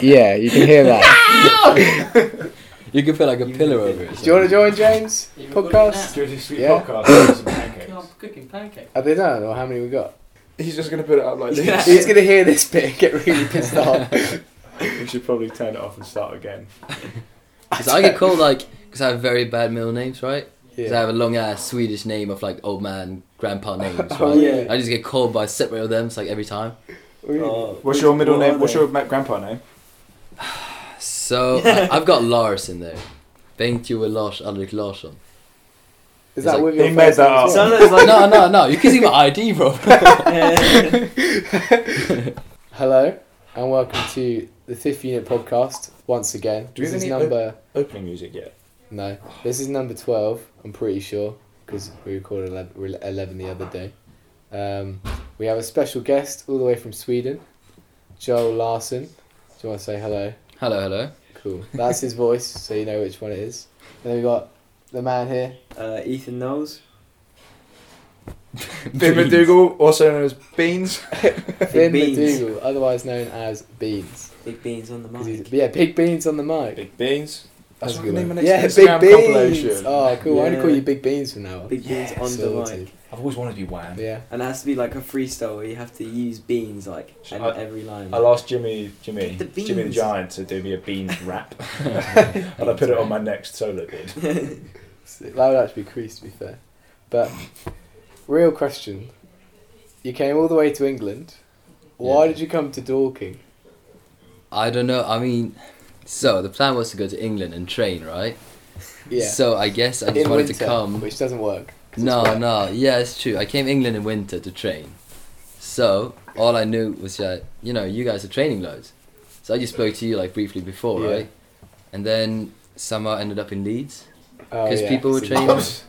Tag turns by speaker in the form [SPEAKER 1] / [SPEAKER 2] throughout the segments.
[SPEAKER 1] yeah, you can hear that.
[SPEAKER 2] You can put like a pillow over it.
[SPEAKER 1] Do you want to join, James?
[SPEAKER 3] Yeah, we're calling it
[SPEAKER 1] Podcast?
[SPEAKER 3] now.
[SPEAKER 4] During this week's
[SPEAKER 1] Yeah.
[SPEAKER 4] podcast, we'll have some
[SPEAKER 3] Yeah, I'm
[SPEAKER 4] pancakes.
[SPEAKER 3] cooking pancakes.
[SPEAKER 1] Are they done, or how many we got?
[SPEAKER 4] He's just going to put it up like
[SPEAKER 3] Yeah.
[SPEAKER 4] this.
[SPEAKER 1] He's gonna hear this bit and get really pissed off.
[SPEAKER 4] we should probably turn it off and start again.
[SPEAKER 2] Because I get called like, because I have very bad middle names, right? Because I
[SPEAKER 1] Yeah.
[SPEAKER 2] have a long ass Swedish name of like old man, grandpa names, right?
[SPEAKER 1] Oh, yeah.
[SPEAKER 2] I just get called by separate of them, so, like every time.
[SPEAKER 1] Oh.
[SPEAKER 4] What's your middle name? What's your ma- grandpa name?
[SPEAKER 2] So I, I've got Lars in there. Bengt Joel Lars Alrik Larsson.
[SPEAKER 1] Is
[SPEAKER 2] He's
[SPEAKER 1] that
[SPEAKER 2] like-
[SPEAKER 1] with your
[SPEAKER 4] He made
[SPEAKER 1] first
[SPEAKER 4] that
[SPEAKER 1] name as well?
[SPEAKER 3] Sounds like
[SPEAKER 2] No, no, no. You can see my ID, bro.
[SPEAKER 1] Hello, and welcome to the Fifth Unit Podcast once again.
[SPEAKER 4] Do we
[SPEAKER 1] This
[SPEAKER 4] have
[SPEAKER 1] is
[SPEAKER 4] any
[SPEAKER 1] number
[SPEAKER 4] Opening music yet?
[SPEAKER 1] no. This is number twelve. I'm pretty sure because we recorded ele- we were eleven the other day. Um, we have a special guest all the way from Sweden, Joel Larson. Do you want to say hello?
[SPEAKER 2] hello, hello.
[SPEAKER 1] Cool. That's his voice, so you know which one it is. And then we got the man here.
[SPEAKER 3] uh, Ethan Knowles.
[SPEAKER 4] Finn
[SPEAKER 2] Beans.
[SPEAKER 4] McDougal, also known as Beans.
[SPEAKER 1] Finn
[SPEAKER 3] Beans.
[SPEAKER 1] McDougal, otherwise known as Beans.
[SPEAKER 3] Big beans on the
[SPEAKER 1] 'Cause he's-
[SPEAKER 3] mic.
[SPEAKER 1] yeah, Big Beans on the mic.
[SPEAKER 4] Big Beans.
[SPEAKER 1] That's
[SPEAKER 4] That's
[SPEAKER 1] a
[SPEAKER 4] what
[SPEAKER 1] good
[SPEAKER 4] we name my
[SPEAKER 1] one.
[SPEAKER 4] next
[SPEAKER 1] yeah,
[SPEAKER 4] Instagram
[SPEAKER 1] Big Beans.
[SPEAKER 4] compilation.
[SPEAKER 1] Oh, cool. I'm going to
[SPEAKER 3] Yeah.
[SPEAKER 1] call you Big Beans from now on.
[SPEAKER 3] Big beans
[SPEAKER 4] Yeah,
[SPEAKER 3] on the
[SPEAKER 1] Sorted.
[SPEAKER 3] mic.
[SPEAKER 4] I've always wanted to be Wham.
[SPEAKER 1] Yeah.
[SPEAKER 3] And it has to be like a freestyle where you have to use beans like
[SPEAKER 4] Should
[SPEAKER 3] in
[SPEAKER 4] I-
[SPEAKER 3] every line.
[SPEAKER 4] I'll ask Jimmy, Jimmy,
[SPEAKER 3] The beans.
[SPEAKER 4] Jimmy the Giant to do me a Beans rap, and I put it on my next solo bid.
[SPEAKER 1] So That would actually be creased, to be fair. But, real question. You came all the way to England. Why
[SPEAKER 2] Yeah.
[SPEAKER 1] did you come to Dorking?
[SPEAKER 2] I don't know. I mean, so the plan was to go to England and train, right?
[SPEAKER 1] Yeah.
[SPEAKER 2] So I guess I just
[SPEAKER 1] In
[SPEAKER 2] wanted
[SPEAKER 1] winter,
[SPEAKER 2] to come.
[SPEAKER 1] Which doesn't work. 'cause it's
[SPEAKER 2] No,
[SPEAKER 1] wet.
[SPEAKER 2] no, yeah, it's true. I came England in winter to train, so all I knew was that you know you guys are training loads. So I just spoke to you like briefly before,
[SPEAKER 1] Yeah.
[SPEAKER 2] right? And then somehow ended up in Leeds.
[SPEAKER 1] Oh,
[SPEAKER 2] 'Cause people were
[SPEAKER 1] So-
[SPEAKER 2] training-
[SPEAKER 4] I was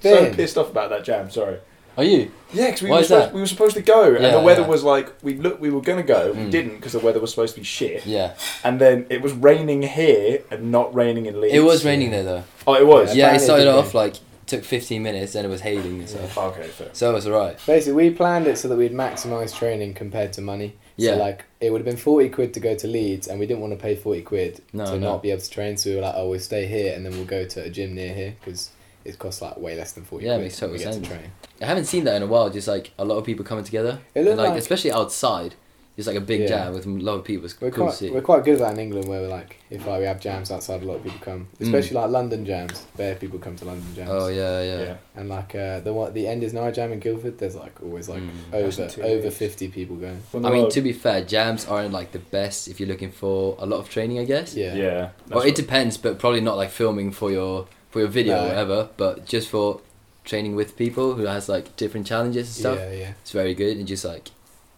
[SPEAKER 4] so
[SPEAKER 1] Finn.
[SPEAKER 4] pissed off about that jam. Sorry.
[SPEAKER 2] Are you?
[SPEAKER 4] Yeah, because we,
[SPEAKER 2] Why
[SPEAKER 4] were
[SPEAKER 2] is
[SPEAKER 4] supposed-
[SPEAKER 2] that?
[SPEAKER 4] we were supposed to go,
[SPEAKER 2] Yeah,
[SPEAKER 4] and the weather
[SPEAKER 2] yeah.
[SPEAKER 4] was like we looked, we were gonna go, we
[SPEAKER 2] Mm.
[SPEAKER 4] didn't because the weather was supposed to be shit,
[SPEAKER 2] Yeah,
[SPEAKER 4] and then it was raining here and not raining in Leeds.
[SPEAKER 2] it was raining there though.
[SPEAKER 4] Oh, it was.
[SPEAKER 2] Yeah, it
[SPEAKER 1] Apparently
[SPEAKER 2] started
[SPEAKER 1] it did
[SPEAKER 2] off
[SPEAKER 1] rain.
[SPEAKER 2] like took 15 minutes, then it was hailing and stuff.
[SPEAKER 4] Oh, Okay, fair.
[SPEAKER 2] So it was alright.
[SPEAKER 1] Basically, we planned it so that we'd maximise training compared to money.
[SPEAKER 2] Yeah.
[SPEAKER 1] So, like, it would have been 40 quid to go to Leeds, and we didn't want to pay 40 quid
[SPEAKER 2] No,
[SPEAKER 1] to
[SPEAKER 2] no.
[SPEAKER 1] not be able to train. So, we were like, oh, we'll stay here, and then we'll go to a gym near here because it costs, like, way less than 40
[SPEAKER 2] Yeah,
[SPEAKER 1] quid.
[SPEAKER 2] makes
[SPEAKER 1] and we
[SPEAKER 2] total
[SPEAKER 1] get to
[SPEAKER 2] sense.
[SPEAKER 1] train.
[SPEAKER 2] I haven't seen that in a while. Just like a lot of people coming together,
[SPEAKER 1] It looked
[SPEAKER 2] And, like,
[SPEAKER 1] like-
[SPEAKER 2] especially outside. Just like a big
[SPEAKER 1] Yeah.
[SPEAKER 2] jam with a lot of people. It's
[SPEAKER 1] We're,
[SPEAKER 2] cool to
[SPEAKER 1] quite,
[SPEAKER 2] see.
[SPEAKER 1] we're quite good at that in England where we're like, if like, we have jams outside, a lot of people come.
[SPEAKER 2] Mm.
[SPEAKER 1] Especially, like, London jams. Bare people come to London jams.
[SPEAKER 2] Oh yeah,
[SPEAKER 4] Yeah.
[SPEAKER 2] yeah.
[SPEAKER 1] And, like, uh, the one, the end is now jam in Guildford, there's, like, always, like,
[SPEAKER 2] Mm.
[SPEAKER 4] That's in
[SPEAKER 1] over
[SPEAKER 4] two
[SPEAKER 1] over
[SPEAKER 4] weeks.
[SPEAKER 1] 50 people going.
[SPEAKER 2] I mean, to be fair, jams aren't like the best if you're looking for a lot of training, I guess.
[SPEAKER 1] Yeah.
[SPEAKER 4] yeah. yeah
[SPEAKER 2] Well, it depends, but probably not like filming for your for your video
[SPEAKER 1] No.
[SPEAKER 2] or whatever, but just for training with people who has like different challenges and stuff.
[SPEAKER 1] Yeah, yeah.
[SPEAKER 2] It's very good and just like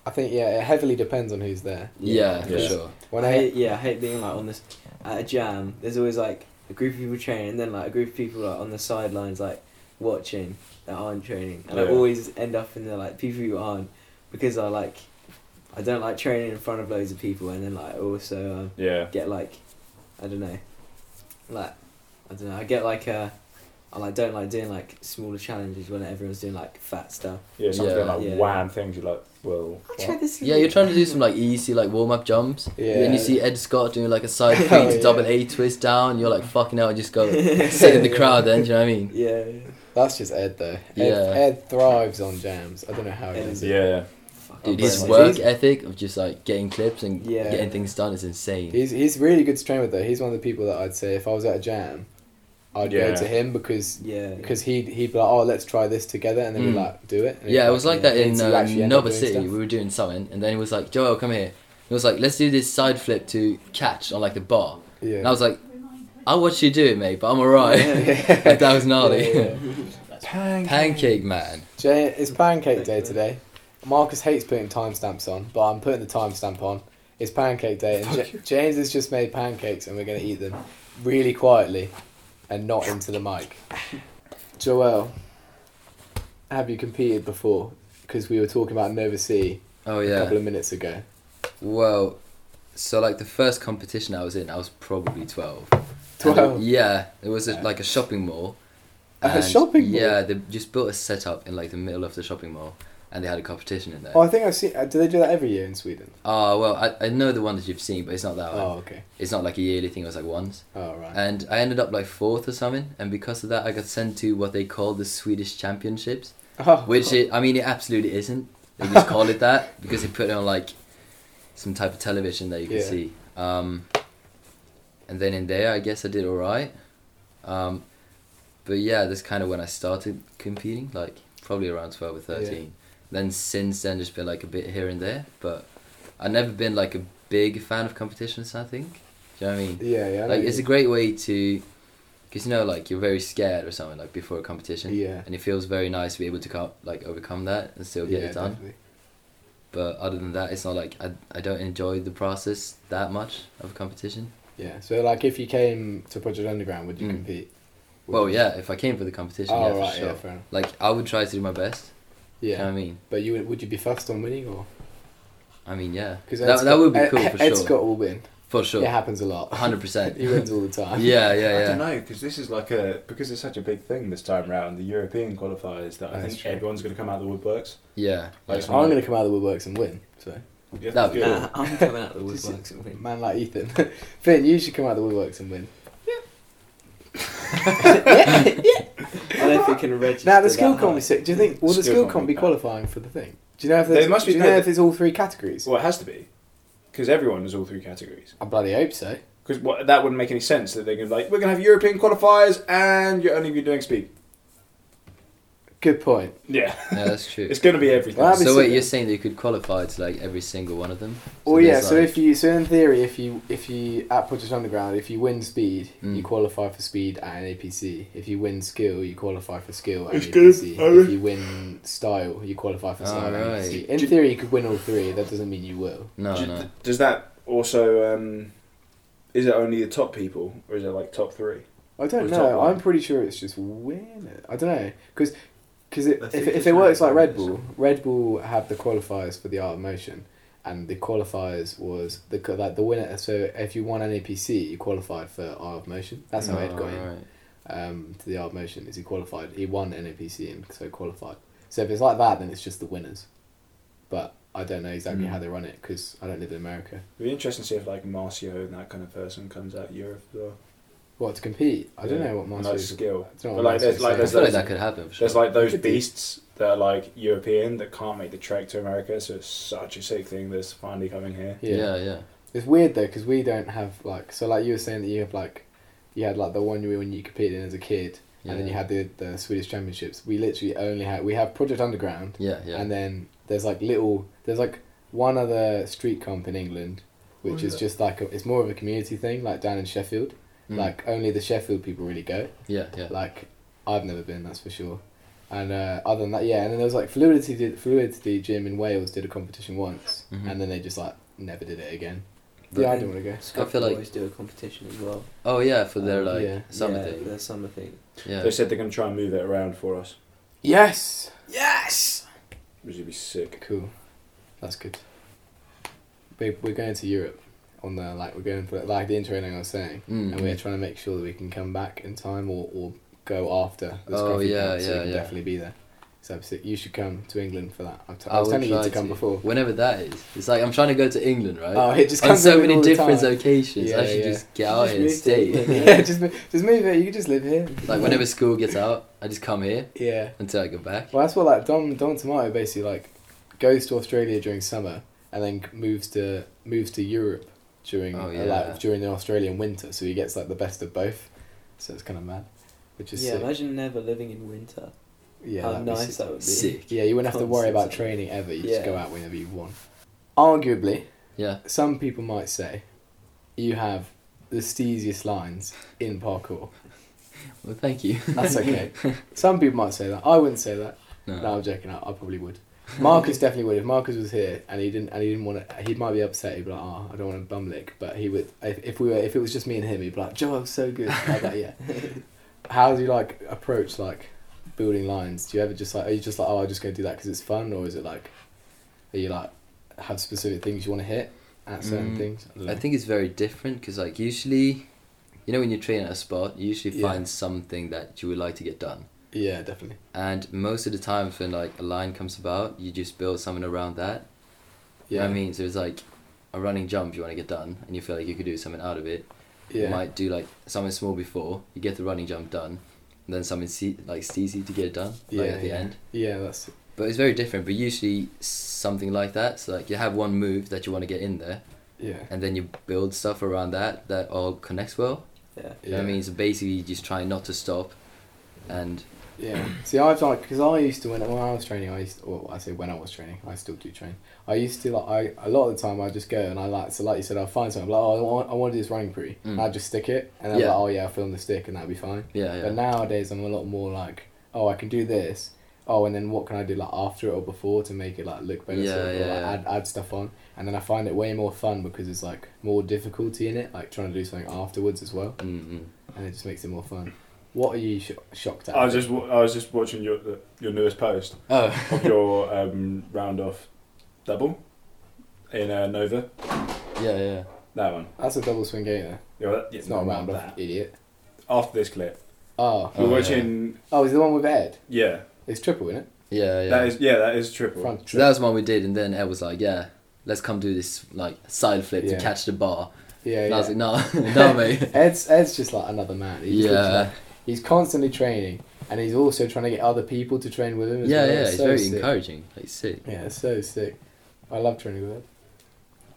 [SPEAKER 1] I think, yeah, it heavily depends on who's there.
[SPEAKER 2] yeah,
[SPEAKER 3] Yeah.
[SPEAKER 2] for
[SPEAKER 4] Yeah.
[SPEAKER 2] sure.
[SPEAKER 1] When
[SPEAKER 3] I
[SPEAKER 1] I,
[SPEAKER 3] hate, yeah, I hate being like on this at a jam. There's always like a group of people training, and then like a group of people like on the sidelines, like watching that aren't training, and I
[SPEAKER 4] Yeah.
[SPEAKER 3] always end up in the like people who aren't because I like I don't like training in front of loads of people, and then like I also um,
[SPEAKER 4] Yeah.
[SPEAKER 3] get like I don't know, like I don't know. I get like uh, I like don't like doing like smaller challenges when everyone's doing like fat stuff.
[SPEAKER 4] Yeah. Something
[SPEAKER 2] Yeah.
[SPEAKER 4] like
[SPEAKER 3] Yeah.
[SPEAKER 4] wham things. You're like, well.
[SPEAKER 3] I'll
[SPEAKER 4] what?
[SPEAKER 3] try this.
[SPEAKER 2] Yeah, you're trying to do some like easy like warm up jumps.
[SPEAKER 1] yeah.
[SPEAKER 2] And then you see Ed Scott doing like a side
[SPEAKER 1] Oh,
[SPEAKER 2] three to
[SPEAKER 1] yeah.
[SPEAKER 2] double A twist down, you're like fucking out and just go sit in the crowd then, do you know what I mean?
[SPEAKER 3] Yeah, yeah.
[SPEAKER 1] That's just Ed though. Ed,
[SPEAKER 2] Yeah.
[SPEAKER 1] Ed thrives on jams. I don't know how he does it.
[SPEAKER 4] Yeah.
[SPEAKER 3] Fuck,
[SPEAKER 2] Dude,
[SPEAKER 3] I'm
[SPEAKER 2] his
[SPEAKER 3] burnt.
[SPEAKER 2] work ethic of just like getting clips and
[SPEAKER 3] Yeah.
[SPEAKER 2] getting things done is insane.
[SPEAKER 1] He's he's really good to train with though. He's one of the people that I'd say if I was at a jam, I'd
[SPEAKER 4] Yeah.
[SPEAKER 1] go to him because
[SPEAKER 3] Yeah,
[SPEAKER 1] because he he'd be like, oh, let's try this together, and then we'd
[SPEAKER 2] Mm.
[SPEAKER 1] like do it. And
[SPEAKER 2] Yeah,
[SPEAKER 1] he'd
[SPEAKER 2] it was like that
[SPEAKER 1] yeah,
[SPEAKER 2] in
[SPEAKER 1] so you actually
[SPEAKER 2] um,
[SPEAKER 1] end up
[SPEAKER 2] Nova
[SPEAKER 1] doing
[SPEAKER 2] City.
[SPEAKER 1] stuff.
[SPEAKER 2] We were doing something, and then he was like, Joel, come here. He was like, let's do this side flip to catch on like the bar.
[SPEAKER 1] yeah.
[SPEAKER 2] And I was like, I'll watch you do it, mate, but I'm alright. like, that was gnarly.
[SPEAKER 1] Yeah, yeah,
[SPEAKER 4] Pancake.
[SPEAKER 2] Pancake man.
[SPEAKER 1] Jay, it's pancake day today. Marcus hates putting timestamps on, but I'm putting the timestamp on. It's pancake day, and Ja- James has just made pancakes, and we're going to eat them really quietly and not into the mic. Joel, have you competed before? Because we were talking about Nova Sea
[SPEAKER 2] Oh
[SPEAKER 1] a couple
[SPEAKER 2] yeah.
[SPEAKER 1] of minutes ago.
[SPEAKER 2] Well, so like the first competition I was in, I was probably twelve.
[SPEAKER 1] Twelve.
[SPEAKER 2] And, yeah, it was a, like a shopping mall.
[SPEAKER 1] A
[SPEAKER 2] And,
[SPEAKER 1] shopping mall?
[SPEAKER 2] Yeah, they just built a setup in like the middle of the shopping mall, and they had a competition in there.
[SPEAKER 1] Oh, I think I've seen. Uh, do they do that every year in Sweden?
[SPEAKER 2] Oh, well, I, I know the one that you've seen, but it's not that one.
[SPEAKER 1] Oh, okay.
[SPEAKER 2] It's not like a yearly thing. It was like once.
[SPEAKER 1] Oh, right.
[SPEAKER 2] And I ended up like fourth or something, and because of that, I got sent to what they call the Swedish Championships,
[SPEAKER 1] Oh,
[SPEAKER 2] uh, which it, I mean, it absolutely isn't. They just call it that because they put it on like some type of television that you can
[SPEAKER 1] Yeah.
[SPEAKER 2] see. Um, and then in there, I guess I did all right. Um, but yeah, that's kind of when I started competing, like probably around twelve or
[SPEAKER 1] Yeah.
[SPEAKER 2] thirteen. Then since then, just been like a bit here and there, but I've never been like a big fan of competitions. I think. Do you know what I mean?
[SPEAKER 1] yeah, yeah. I know
[SPEAKER 2] like it's a
[SPEAKER 1] you-
[SPEAKER 2] great way to because you know like you're very scared or something like before a competition
[SPEAKER 1] Yeah.
[SPEAKER 2] and it feels very nice to be able to co- like overcome that and still get
[SPEAKER 1] yeah,
[SPEAKER 2] it done
[SPEAKER 1] definitely.
[SPEAKER 2] but other than that it's not like I, I don't enjoy the process that much of a competition
[SPEAKER 1] Yeah. So, like, if you came to Project Underground, would you
[SPEAKER 2] Mm.
[SPEAKER 1] compete? Would
[SPEAKER 2] well
[SPEAKER 1] you-
[SPEAKER 2] yeah if I came for the competition
[SPEAKER 1] Oh,
[SPEAKER 2] yeah for
[SPEAKER 1] right.
[SPEAKER 2] sure Um,
[SPEAKER 1] Yeah, fair enough.
[SPEAKER 2] like I would try to do my best you know
[SPEAKER 1] Yeah.
[SPEAKER 2] what I mean
[SPEAKER 1] but you would, would you be fast on winning or?
[SPEAKER 2] I mean yeah that,
[SPEAKER 1] Because
[SPEAKER 2] that would be cool for
[SPEAKER 1] Ed
[SPEAKER 2] sure
[SPEAKER 1] Scott will win.
[SPEAKER 2] for sure
[SPEAKER 1] It happens a lot.
[SPEAKER 2] 100%
[SPEAKER 1] he wins all the time.
[SPEAKER 2] yeah yeah
[SPEAKER 4] I don't
[SPEAKER 2] yeah
[SPEAKER 4] know because this is like a because it's such a big thing this time round. The European qualifiers that I
[SPEAKER 1] That's
[SPEAKER 4] think
[SPEAKER 1] true.
[SPEAKER 4] everyone's going to come out of the woodworks.
[SPEAKER 2] yeah
[SPEAKER 4] Like,
[SPEAKER 1] I'm gonna come out of the woodworks and win. So,
[SPEAKER 4] Yeah,
[SPEAKER 2] That'd be
[SPEAKER 4] good.
[SPEAKER 3] Nah, I'm coming out of the
[SPEAKER 1] Just-
[SPEAKER 3] woodworks and win.
[SPEAKER 1] man like Ethan, Finn, you should come out of the woodworks and win.
[SPEAKER 3] I don't think I can register.
[SPEAKER 1] Now the skill
[SPEAKER 3] that
[SPEAKER 1] comp
[SPEAKER 3] high.
[SPEAKER 1] is sick. Do you think will the
[SPEAKER 4] Skill
[SPEAKER 1] skill
[SPEAKER 4] comp
[SPEAKER 1] comp
[SPEAKER 4] would
[SPEAKER 1] be
[SPEAKER 4] be bad.
[SPEAKER 1] qualifying for the thing? Do you know if
[SPEAKER 4] They
[SPEAKER 1] there's,
[SPEAKER 4] must be-
[SPEAKER 1] do you
[SPEAKER 4] no,
[SPEAKER 1] know
[SPEAKER 4] they-
[SPEAKER 1] if it's all three categories?
[SPEAKER 4] Well, it has to be because everyone is all three categories.
[SPEAKER 1] I bloody hope so.
[SPEAKER 4] Because what that wouldn't make any sense that they're going to like we're going to have European qualifiers and you're only going to be doing speed.
[SPEAKER 1] Good point.
[SPEAKER 4] Yeah,
[SPEAKER 2] yeah that's true
[SPEAKER 4] it's going to be everything.
[SPEAKER 1] Well, that'd be
[SPEAKER 2] so wait
[SPEAKER 1] sick.
[SPEAKER 2] you're saying that you could qualify to like every single one of them
[SPEAKER 1] Oh yeah,
[SPEAKER 2] there's,
[SPEAKER 1] so
[SPEAKER 2] like-
[SPEAKER 1] if you so in theory, if you if you at Project Underground, if you win speed,
[SPEAKER 2] Mm.
[SPEAKER 1] you qualify for speed at an APC. If you win skill, you qualify for skill at
[SPEAKER 4] It's
[SPEAKER 1] an
[SPEAKER 4] good,
[SPEAKER 1] APC.
[SPEAKER 4] Aaron.
[SPEAKER 1] If you win style, you qualify
[SPEAKER 2] Oh,
[SPEAKER 1] for style at an
[SPEAKER 2] Alright.
[SPEAKER 1] APC. In
[SPEAKER 4] Do-
[SPEAKER 1] theory, you could win all three. That doesn't mean you will.
[SPEAKER 2] no
[SPEAKER 4] Do-
[SPEAKER 2] oh, no
[SPEAKER 4] Does that also um, is it only the top people or is it like top three?
[SPEAKER 1] I
[SPEAKER 4] Or
[SPEAKER 1] don't
[SPEAKER 4] top
[SPEAKER 1] know.
[SPEAKER 4] one.
[SPEAKER 1] I'm pretty sure it's just win. I don't know because
[SPEAKER 5] I
[SPEAKER 1] if,
[SPEAKER 5] think
[SPEAKER 1] if
[SPEAKER 5] it's
[SPEAKER 1] it works like
[SPEAKER 5] random,
[SPEAKER 1] Red
[SPEAKER 5] isn't
[SPEAKER 1] Bull, Red Bull have the qualifiers for the Art of Motion, and the qualifiers was the co- like the winner. So if you won an APC, you qualified for Art of Motion. That's how Ed got in.
[SPEAKER 2] Alright.
[SPEAKER 1] um, to the art of motion is he qualified. He won NAPC and so qualified. So if it's like that, then it's just the winners. But I don't know exactly
[SPEAKER 2] Mm.
[SPEAKER 4] Hmm.
[SPEAKER 1] how they run it because I don't live in America.
[SPEAKER 4] It'd be interesting to see if like Marcio and that kind of person comes out of Europe as well.
[SPEAKER 1] What to compete? I don't know what
[SPEAKER 4] And,
[SPEAKER 1] Marcio.
[SPEAKER 4] like
[SPEAKER 1] is-
[SPEAKER 4] skill.
[SPEAKER 1] I don't know
[SPEAKER 4] But,
[SPEAKER 1] what
[SPEAKER 4] like,
[SPEAKER 1] Marcio's
[SPEAKER 4] there's, like,
[SPEAKER 2] I
[SPEAKER 1] saying.
[SPEAKER 4] there's,
[SPEAKER 2] feel like
[SPEAKER 4] those,
[SPEAKER 2] that could happen for sure
[SPEAKER 4] there's like those
[SPEAKER 1] Could be.
[SPEAKER 4] beasts that are like European that can't make the trek to America, so it's such a sick thing that's finally coming here.
[SPEAKER 1] yeah.
[SPEAKER 2] yeah yeah
[SPEAKER 1] it's weird though because we don't have like so like you were saying that you have like you had like the one you when you competed in as a kid and then you
[SPEAKER 2] Yeah.
[SPEAKER 1] had the the Swedish championships. We literally only had we have Project Underground
[SPEAKER 2] Yeah, yeah.
[SPEAKER 1] and then there's like little there's like one other street comp in England which is just like a, it's more of a community thing like down in Sheffield
[SPEAKER 2] Mm.
[SPEAKER 1] like only the Sheffield people really go
[SPEAKER 2] yeah, yeah.
[SPEAKER 1] like I've never been that's for sure and uh, other than that yeah and then there was like fluidity did, fluidity gym in Wales did a competition once
[SPEAKER 2] Mhm.
[SPEAKER 1] and then they just like never did it again
[SPEAKER 2] But-
[SPEAKER 1] Mm-hmm. yeah I don't want to go
[SPEAKER 3] Scott
[SPEAKER 2] I feel like-
[SPEAKER 3] always do a competition as well.
[SPEAKER 2] oh yeah, for their
[SPEAKER 1] Um,
[SPEAKER 2] like
[SPEAKER 1] yeah.
[SPEAKER 2] summer
[SPEAKER 3] yeah,
[SPEAKER 2] thing.
[SPEAKER 3] The summer thing.
[SPEAKER 2] Yeah.
[SPEAKER 4] They said they're going to try and move it around for us,
[SPEAKER 1] yes
[SPEAKER 3] Yes.
[SPEAKER 4] which would be sick.
[SPEAKER 1] cool that's good we, we're going to Europe on the like we're going for like the intro thing I was saying
[SPEAKER 2] Mm.
[SPEAKER 1] and we're trying to make sure that we can come back in time or, or go after the
[SPEAKER 2] Oh,
[SPEAKER 1] scruffy
[SPEAKER 2] yeah,
[SPEAKER 1] camp, so
[SPEAKER 2] yeah,
[SPEAKER 1] you can
[SPEAKER 2] yeah.
[SPEAKER 1] definitely be there. So I'm sick- you should come to England for that. I t- I
[SPEAKER 2] I
[SPEAKER 1] was
[SPEAKER 2] will
[SPEAKER 1] telling you
[SPEAKER 2] try
[SPEAKER 1] to come before.
[SPEAKER 2] Whenever that is, it's like I'm trying to go to England, right?
[SPEAKER 1] Oh, it just
[SPEAKER 2] On
[SPEAKER 1] comes
[SPEAKER 2] so
[SPEAKER 1] over
[SPEAKER 2] many
[SPEAKER 1] all the
[SPEAKER 2] different
[SPEAKER 1] time.
[SPEAKER 2] occasions,
[SPEAKER 1] Yeah,
[SPEAKER 2] I should
[SPEAKER 1] yeah.
[SPEAKER 2] just get out
[SPEAKER 3] just
[SPEAKER 2] here and
[SPEAKER 3] move to
[SPEAKER 2] stay.
[SPEAKER 3] England.
[SPEAKER 1] yeah, just mo- just move here. You can just live here.
[SPEAKER 2] like whenever school gets out, I just come here
[SPEAKER 1] Yeah.
[SPEAKER 2] until I go back.
[SPEAKER 1] Well, that's what like Don Don Tomato basically like goes to Australia during summer and then c- moves to moves to Europe during
[SPEAKER 2] Oh,
[SPEAKER 1] uh,
[SPEAKER 2] yeah.
[SPEAKER 1] like during the Australian winter. So he gets like the best of both. So it's kind of mad, which is
[SPEAKER 3] yeah,
[SPEAKER 1] sick.
[SPEAKER 3] imagine never living in winter.
[SPEAKER 1] yeah,
[SPEAKER 3] How
[SPEAKER 1] that'd be
[SPEAKER 3] nice
[SPEAKER 1] sick.
[SPEAKER 3] that would be.
[SPEAKER 2] Sick.
[SPEAKER 1] Yeah, you wouldn't have to worry about
[SPEAKER 3] Constantly.
[SPEAKER 1] training ever. You just
[SPEAKER 3] Yeah.
[SPEAKER 1] go out whenever you want. Arguably,
[SPEAKER 2] Yeah.
[SPEAKER 1] some people might say you have the steeziest lines in parkour.
[SPEAKER 2] Well, thank you.
[SPEAKER 1] That's okay. some people might say that. I wouldn't say that.
[SPEAKER 2] no.
[SPEAKER 1] No, I'm joking. I, I probably would. Marcus definitely would. If Marcus was here and he didn't and he didn't want to, he might be upset. He'd be like, "Oh, I don't want to bum lick." But he would. If, if we were, if it was just me and him, he'd be like, "Joe, I'm so good." I'd be like, yeah. How do you like approach like building lines? Do you ever just like are you just like oh I'm just gonna do that because it's fun or is it like are you like have specific things you want to hit at certain
[SPEAKER 2] Mm,
[SPEAKER 1] things? don't
[SPEAKER 2] I
[SPEAKER 1] know.
[SPEAKER 2] think it's very different because like usually, you know, when you train at a spot, you usually
[SPEAKER 1] Yeah.
[SPEAKER 2] find something that you would like to get done.
[SPEAKER 1] Yeah, definitely.
[SPEAKER 2] And most of the time, when like a line comes about, you just build something around that. You
[SPEAKER 1] Yeah.
[SPEAKER 2] know what I mean, so it's like a running jump you want to get done, and you feel like you could do something out of it. You
[SPEAKER 1] Yeah.
[SPEAKER 2] might do like something small before you get the running jump done, and then something se- like it's easy to get it done like,
[SPEAKER 1] yeah.
[SPEAKER 2] at the
[SPEAKER 1] yeah.
[SPEAKER 2] end.
[SPEAKER 1] Yeah, that's
[SPEAKER 2] But it's very different. But usually something like that. So like you have one move that you want to get in there,
[SPEAKER 1] yeah.
[SPEAKER 2] and then you build stuff around that that all connects well.
[SPEAKER 3] Yeah.
[SPEAKER 2] You know what I
[SPEAKER 1] Yeah.
[SPEAKER 2] mean, so basically you just try not to stop, and
[SPEAKER 1] Yeah. See, I've like because I used to when when I was training, I used to, well, I say when I was training, I still do train. I used to like I a lot of the time I just go and I like so like you said I'll find something like oh I want, I want to do this running pretty
[SPEAKER 2] Mm.
[SPEAKER 1] and I just stick it and then
[SPEAKER 2] Yeah.
[SPEAKER 1] like oh yeah I'll film the stick and that'll be fine.
[SPEAKER 2] yeah, yeah.
[SPEAKER 1] But nowadays I'm a lot more like oh I can do this oh and then what can I do like after it or before to make it like look better
[SPEAKER 2] Yeah,
[SPEAKER 1] sort of, or,
[SPEAKER 2] yeah,
[SPEAKER 1] like,
[SPEAKER 2] yeah.
[SPEAKER 1] add add stuff on and then I find it way more fun because it's like more difficulty in it like trying to do something afterwards as well
[SPEAKER 2] Mm-mm.
[SPEAKER 1] and it just makes it more fun. What are you sho shocked at?
[SPEAKER 4] I was just wa- I was just watching your your newest post
[SPEAKER 1] oh
[SPEAKER 4] of your um, round off double in uh, Nova.
[SPEAKER 2] Yeah, yeah.
[SPEAKER 4] That one.
[SPEAKER 1] that's a double swing gainer.
[SPEAKER 4] Yeah, well, that- yeah,
[SPEAKER 1] It's not a round
[SPEAKER 4] that.
[SPEAKER 1] off, idiot.
[SPEAKER 4] After this clip,
[SPEAKER 1] Oh.
[SPEAKER 2] Oh,
[SPEAKER 4] we're
[SPEAKER 2] yeah.
[SPEAKER 4] watching.
[SPEAKER 1] Oh, is the one with Ed?
[SPEAKER 4] Yeah.
[SPEAKER 1] It's triple, isn't
[SPEAKER 2] Yeah, yeah.
[SPEAKER 4] that is yeah, that is triple.
[SPEAKER 1] it? Front
[SPEAKER 2] so
[SPEAKER 1] triple.
[SPEAKER 2] that was one we did, and then Ed was like, "Yeah, let's come do this like side flip
[SPEAKER 1] Yeah.
[SPEAKER 2] to catch the bar."
[SPEAKER 1] yeah,
[SPEAKER 2] and I was
[SPEAKER 1] yeah.
[SPEAKER 2] like, "No, no, mate."
[SPEAKER 1] Ed's Ed's just like another man. He just keeps,
[SPEAKER 2] yeah,
[SPEAKER 1] like- he's constantly training, and he's also trying to get other people to train with him. As
[SPEAKER 2] yeah,
[SPEAKER 1] well.
[SPEAKER 2] yeah. It's
[SPEAKER 1] uh, so
[SPEAKER 2] very
[SPEAKER 1] sick.
[SPEAKER 2] encouraging. Like, sick.
[SPEAKER 1] Yeah, it's so sick. I love training with Ed.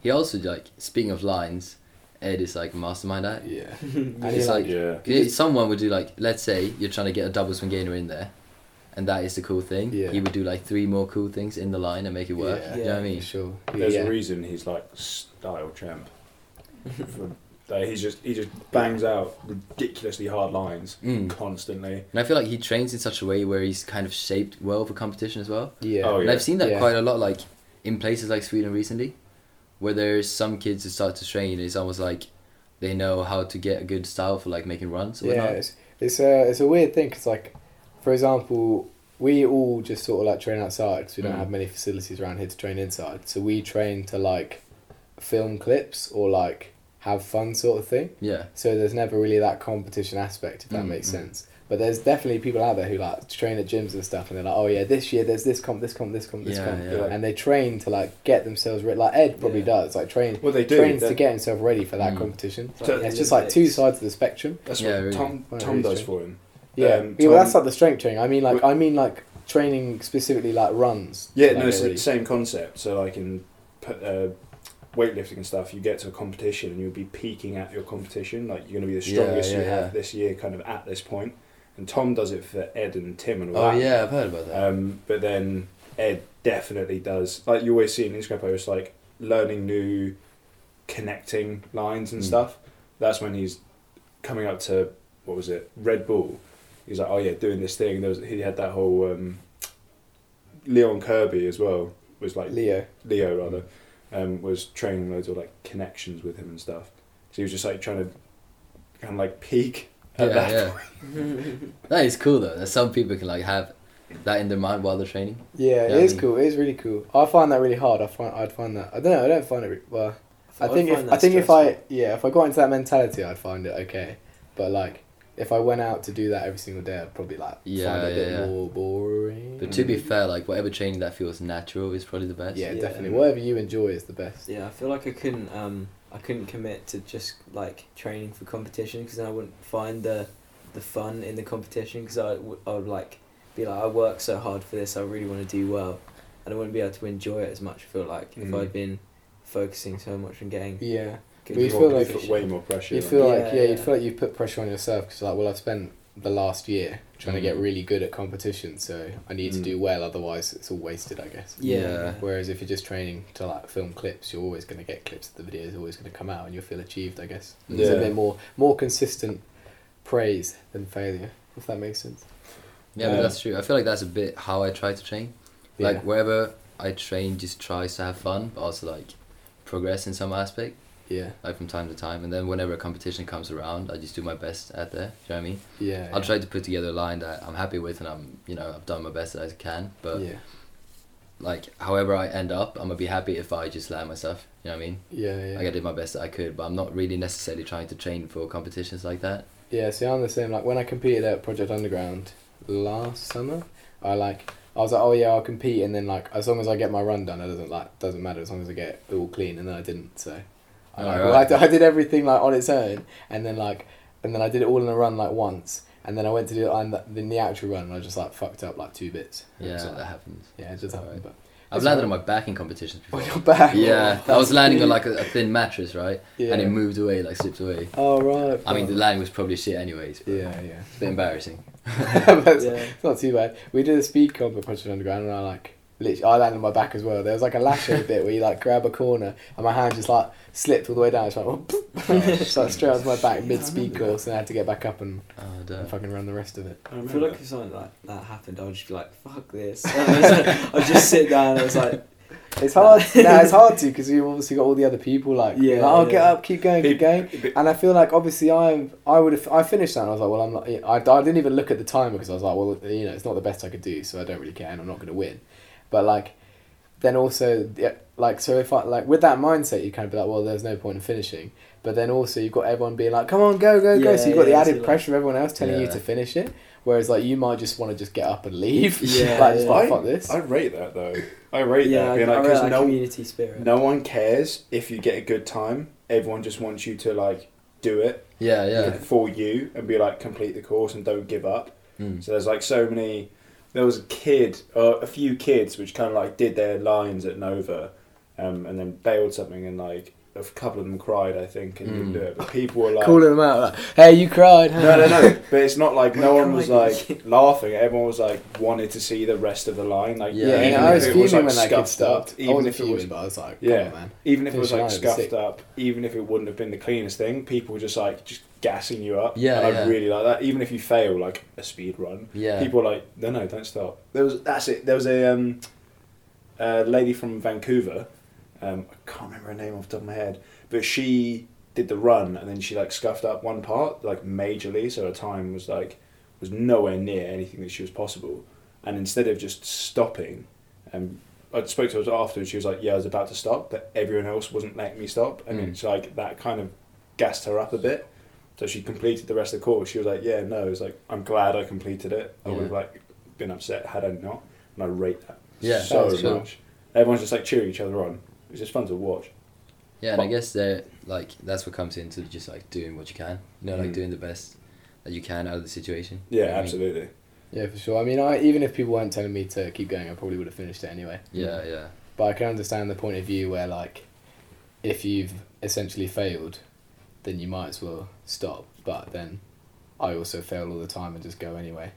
[SPEAKER 2] He also like speaking of lines, Ed is like mastermind at.
[SPEAKER 1] Yeah.
[SPEAKER 3] yeah.
[SPEAKER 1] And
[SPEAKER 2] It's
[SPEAKER 1] he like,
[SPEAKER 4] Yeah.
[SPEAKER 2] Yeah, Someone would do like, let's say you're trying to get a double swing gainer in there, and that is the cool thing.
[SPEAKER 1] Yeah.
[SPEAKER 2] He would do like three more cool things in the line and make it work.
[SPEAKER 1] Yeah.
[SPEAKER 2] You know what I
[SPEAKER 1] yeah,
[SPEAKER 2] mean?
[SPEAKER 1] sure. Yeah,
[SPEAKER 4] There's
[SPEAKER 1] yeah.
[SPEAKER 4] a reason he's like style champ. For- like, he's just he just bangs out ridiculously hard lines
[SPEAKER 2] Mm.
[SPEAKER 4] constantly.
[SPEAKER 2] And I feel like he trains in such a way where he's kind of shaped well for competition as well.
[SPEAKER 1] yeah.
[SPEAKER 4] Oh,
[SPEAKER 2] And I've seen that
[SPEAKER 1] Yeah.
[SPEAKER 2] quite a lot, like in places like Sweden recently, where there's some kids who start to train. It's almost like they know how to get a good style for like making runs. Or
[SPEAKER 1] yeah,
[SPEAKER 2] whatnot.
[SPEAKER 1] it's, it's a it's a weird thing because like, for example, we all just sort of like train outside because we don't
[SPEAKER 2] Mm.
[SPEAKER 1] have many facilities around here to train inside. So we train to like, film clips or like have fun sort of thing.
[SPEAKER 2] yeah,
[SPEAKER 1] So there's never really that competition aspect if that
[SPEAKER 2] Mm,
[SPEAKER 1] makes
[SPEAKER 2] mm.
[SPEAKER 1] sense. But there's definitely people out there who like train at gyms and stuff, and they're like, oh yeah, this year there's this comp, this comp, this comp, this
[SPEAKER 2] Yeah,
[SPEAKER 1] comp,
[SPEAKER 2] yeah.
[SPEAKER 1] and they train to like get themselves ready. Like Ed probably
[SPEAKER 3] Yeah.
[SPEAKER 1] does, like train
[SPEAKER 4] Well, they do.
[SPEAKER 1] trains to
[SPEAKER 4] that-
[SPEAKER 1] get himself ready for that
[SPEAKER 2] Mm.
[SPEAKER 1] competition.
[SPEAKER 4] So-
[SPEAKER 1] And it's just like two sides of the spectrum.
[SPEAKER 4] That's
[SPEAKER 2] Yeah,
[SPEAKER 4] what
[SPEAKER 2] really.
[SPEAKER 4] Tom
[SPEAKER 1] Well,
[SPEAKER 4] Tom
[SPEAKER 1] he's
[SPEAKER 4] does
[SPEAKER 1] true.
[SPEAKER 4] for him.
[SPEAKER 1] Yeah,
[SPEAKER 4] Um,
[SPEAKER 1] yeah well,
[SPEAKER 4] Tom-
[SPEAKER 1] that's not the strength training. I mean, like, I mean, like training specifically like runs.
[SPEAKER 4] Yeah,
[SPEAKER 1] Like,
[SPEAKER 4] no, it's
[SPEAKER 1] already.
[SPEAKER 4] the same concept. So like in p- uh, weightlifting and stuff, you get to a competition and you'll be peaking at your competition. Like you're going to be the
[SPEAKER 2] Yeah,
[SPEAKER 4] strongest you
[SPEAKER 2] yeah,
[SPEAKER 4] have
[SPEAKER 2] yeah.
[SPEAKER 4] this year, kind of at this point. And Tom does it for Ed and Tim and all
[SPEAKER 2] Oh
[SPEAKER 4] that.
[SPEAKER 2] yeah, I've heard about
[SPEAKER 1] Uh,
[SPEAKER 2] that.
[SPEAKER 4] Um, but then Ed definitely does. Like you always see in Instagram posts, like learning new connecting lines
[SPEAKER 1] Hmm.
[SPEAKER 4] and
[SPEAKER 2] Mm.
[SPEAKER 4] stuff. That's when he's coming up to what was it, Red Bull. He's like, oh yeah, doing this thing. There was, he had that whole um, Leon Kirby as well. Was like
[SPEAKER 1] Leo. hmm.
[SPEAKER 4] Leo rather um, was training loads of like connections with him and stuff. So he was just like trying to kind of like peak
[SPEAKER 2] yeah,
[SPEAKER 4] at that.
[SPEAKER 2] yeah. that is cool though. That some people can like have that in their mind while they're training.
[SPEAKER 1] Yeah,
[SPEAKER 2] Yeah,
[SPEAKER 1] it is
[SPEAKER 2] I mean-
[SPEAKER 1] cool. It is really cool. I find that really hard. I find I'd find that. I don't know. I don't find it. Re- well, I
[SPEAKER 3] would
[SPEAKER 1] think
[SPEAKER 3] find
[SPEAKER 1] if
[SPEAKER 3] that
[SPEAKER 1] I think if I
[SPEAKER 3] stressful.
[SPEAKER 1] yeah if I got into that mentality, I'd find it okay. But like if I went out to do that every single day, I'd probably like
[SPEAKER 2] Yeah,
[SPEAKER 1] find it a
[SPEAKER 2] yeah,
[SPEAKER 1] bit
[SPEAKER 2] yeah.
[SPEAKER 1] more boring.
[SPEAKER 2] But to be fair, like whatever training that feels natural is probably the best.
[SPEAKER 1] Mm. yeah,
[SPEAKER 3] Yeah.
[SPEAKER 1] definitely. Whatever you enjoy is the best.
[SPEAKER 3] Yeah, I feel like I couldn't. Um, I couldn't commit to just like training for competition because then I wouldn't find the, the fun in the competition because I would, I would like be like I work so hard for this. I really want to do well, and I wouldn't be able to enjoy it as much. I feel like if
[SPEAKER 4] Mm.
[SPEAKER 3] I'd been focusing so much on getting
[SPEAKER 1] Yeah,
[SPEAKER 3] good.
[SPEAKER 1] But you
[SPEAKER 4] More-
[SPEAKER 1] feel like-
[SPEAKER 4] put way more pressure.
[SPEAKER 1] you
[SPEAKER 4] on
[SPEAKER 1] feel
[SPEAKER 4] him.
[SPEAKER 1] like yeah,
[SPEAKER 3] Yeah,
[SPEAKER 1] you
[SPEAKER 3] yeah.
[SPEAKER 1] feel like you put pressure on yourself because like well, I've spent the last year trying to
[SPEAKER 2] Mm.
[SPEAKER 1] get really good at competition, so I need to
[SPEAKER 4] Mm.
[SPEAKER 1] do well. Otherwise, it's all wasted, I guess.
[SPEAKER 3] yeah.
[SPEAKER 1] Whereas if you're just training to like film clips, you're always going to get clips. The video is always going to come out, and you'll feel achieved. I guess it's a
[SPEAKER 4] Yeah.
[SPEAKER 1] bit more more consistent praise than failure, if that makes sense.
[SPEAKER 2] Yeah,
[SPEAKER 4] Yeah.
[SPEAKER 2] but that's true. I feel like that's a bit how I try to train.
[SPEAKER 1] Yeah.
[SPEAKER 2] Like wherever I train, just tries to have fun, but also like progress in some aspect,
[SPEAKER 1] Yeah,
[SPEAKER 2] like from time to time. And then whenever a competition comes around, I just do my best at there. Do you know what I mean?
[SPEAKER 1] yeah.
[SPEAKER 2] I'll try to put together a line that I'm happy with, and I'm you know I've done my best that I can. But
[SPEAKER 1] yeah,
[SPEAKER 2] like however I end up, I'm gonna be happy if I just land myself. You know what I mean?
[SPEAKER 1] yeah, yeah.
[SPEAKER 2] Like I did my best that I could, but I'm not really necessarily trying to train for competitions like that.
[SPEAKER 1] Yeah, see, I'm the same. Like when I competed at Project Underground, last summer. I like I was like, oh yeah, I'll compete, and then like as long as I get my run done, it doesn't like doesn't matter as long as I get it all clean, and then I didn't. So I,
[SPEAKER 2] Oh,
[SPEAKER 1] like,
[SPEAKER 2] right.
[SPEAKER 1] well, I, d- I did everything like on its own, and then like and then I did it all in a run like once, and then I went to do it on the, in the actual run, and I just like fucked up like two bits. And it
[SPEAKER 2] Yeah,
[SPEAKER 1] was, like,
[SPEAKER 2] that happens.
[SPEAKER 1] yeah, it just happened. But
[SPEAKER 2] I've
[SPEAKER 1] It's
[SPEAKER 2] landed on
[SPEAKER 1] alright.
[SPEAKER 2] my back in competitions before.
[SPEAKER 1] on your back.
[SPEAKER 2] Yeah, I was landing on like a, a thin mattress, right?
[SPEAKER 1] yeah.
[SPEAKER 2] And it moved away, like slipped away.
[SPEAKER 1] Oh right.
[SPEAKER 2] I mean, the
[SPEAKER 1] right.
[SPEAKER 2] landing was probably shit, anyways. But
[SPEAKER 1] yeah, yeah.
[SPEAKER 2] It's a bit embarrassing.
[SPEAKER 1] But it's-
[SPEAKER 3] Yeah.
[SPEAKER 1] It's not too bad. We did a speed comp at Punch Underground, and I like literally I landed on my back as well. There was like a lasso bit where you like grab a corner, and my hand just like slipped all the way down. It's like, just, like straight onto my back mid speed course, and I had to get back up and,
[SPEAKER 2] Oh,
[SPEAKER 1] and
[SPEAKER 2] damn.
[SPEAKER 1] fucking run the rest of it.
[SPEAKER 4] I
[SPEAKER 3] I
[SPEAKER 4] remember.
[SPEAKER 3] feel like if something like that happened, I'd just be like, "Fuck this!" I just sit down. and I was like,
[SPEAKER 1] It's hard. nah, it's hard to because you've obviously got all the other people like,
[SPEAKER 3] Yeah,
[SPEAKER 1] like, oh, get
[SPEAKER 3] yeah.
[SPEAKER 1] up, keep going, keep going.
[SPEAKER 4] Pe- pe-
[SPEAKER 1] And I feel like obviously I I would have I finished that and I was like well I'm not I, I didn't even look at the time because I was like well you know it's not the best I could do so I don't really care and I'm not going to win, but like, then also yeah, like so if I like with that mindset you kind of be like well there's no point in finishing but then also you've got everyone being like come on go go go
[SPEAKER 3] Yeah,
[SPEAKER 1] so you've got the
[SPEAKER 3] yeah,
[SPEAKER 1] added
[SPEAKER 3] so, like-
[SPEAKER 1] pressure of everyone else telling you
[SPEAKER 2] Yeah.
[SPEAKER 1] to finish it whereas like you might just want to just get up and leave
[SPEAKER 3] Yeah,
[SPEAKER 1] like just
[SPEAKER 3] yeah.
[SPEAKER 1] like fuck this
[SPEAKER 4] I rate that though. I rate
[SPEAKER 3] "Yeah,
[SPEAKER 4] that.
[SPEAKER 3] I,
[SPEAKER 4] Being
[SPEAKER 3] I
[SPEAKER 4] like,
[SPEAKER 3] really
[SPEAKER 4] 'cause
[SPEAKER 3] like
[SPEAKER 4] no,
[SPEAKER 3] community spirit."
[SPEAKER 4] no one cares if you get a good time. Everyone just wants you to like do it
[SPEAKER 2] Yeah, yeah.
[SPEAKER 4] for you and be like complete the course and don't give up.
[SPEAKER 2] Mm.
[SPEAKER 4] So there's like so many. There was a kid, uh, a few kids, which kind of like did their lines at Nova, um, and then bailed something, and like a couple of them cried, I think, and didn't
[SPEAKER 2] Mm.
[SPEAKER 4] do it. But people were like,
[SPEAKER 1] calling them out like hey you cried huh?"
[SPEAKER 4] no, no, no. But it's not like no
[SPEAKER 3] Why
[SPEAKER 4] one was
[SPEAKER 3] can't
[SPEAKER 4] like laughing. Everyone was like wanted to see the rest of the line. Like
[SPEAKER 2] Yeah,
[SPEAKER 1] yeah,
[SPEAKER 2] even
[SPEAKER 1] I was
[SPEAKER 2] if it
[SPEAKER 1] fuming
[SPEAKER 4] was, like,
[SPEAKER 1] when that kid
[SPEAKER 4] scuffed
[SPEAKER 1] stopped
[SPEAKER 4] up,
[SPEAKER 1] I
[SPEAKER 4] even
[SPEAKER 1] wasn't
[SPEAKER 4] if it was-
[SPEAKER 1] fuming but I was like
[SPEAKER 4] Yeah.
[SPEAKER 1] come on, man
[SPEAKER 4] even if it was
[SPEAKER 1] Finishing
[SPEAKER 4] like
[SPEAKER 1] line,
[SPEAKER 4] scuffed
[SPEAKER 1] sick.
[SPEAKER 4] up, even if it wouldn't have been the cleanest thing, people were just like just gassing you up.
[SPEAKER 2] Yeah,
[SPEAKER 4] and I
[SPEAKER 2] yeah.
[SPEAKER 4] really like that. Even if you fail, like a speed run,
[SPEAKER 2] Yeah.
[SPEAKER 4] people are like no, no, don't stop. There was that's it. There was a um, a lady from Vancouver. Um, I can't remember her name off the top of my head, but she did the run and then she like scuffed up one part like majorly, so her time was like was nowhere near anything that she was possible. And instead of just stopping, um, I spoke to her after and she was like, "Yeah, I was about to stop, but everyone else wasn't letting me stop." And
[SPEAKER 2] Mm.
[SPEAKER 4] it's like that kind of gassed her up a bit. So she completed the rest of the course. She was like, "Yeah, no." It's like I'm glad I completed it. I would have
[SPEAKER 2] Yeah.
[SPEAKER 4] like been upset had I not. And I rate that
[SPEAKER 2] Yeah,
[SPEAKER 4] so
[SPEAKER 2] that's cool.
[SPEAKER 4] much. Everyone's just like cheering each other on. It's just fun to watch.
[SPEAKER 2] Yeah, and I guess they're like that's what comes into just like doing what you can. You know, like
[SPEAKER 4] Mm.
[SPEAKER 2] doing the best that you can out of the situation. You
[SPEAKER 4] Yeah,
[SPEAKER 2] know what I mean?
[SPEAKER 4] absolutely.
[SPEAKER 1] Yeah, for sure. I mean, I even if people weren't telling me to keep going, I probably would have finished it anyway.
[SPEAKER 2] Yeah, yeah.
[SPEAKER 1] But I can understand the point of view where, like, if you've essentially failed, then you might as well stop. But then, I also fail all the time and just go anyway.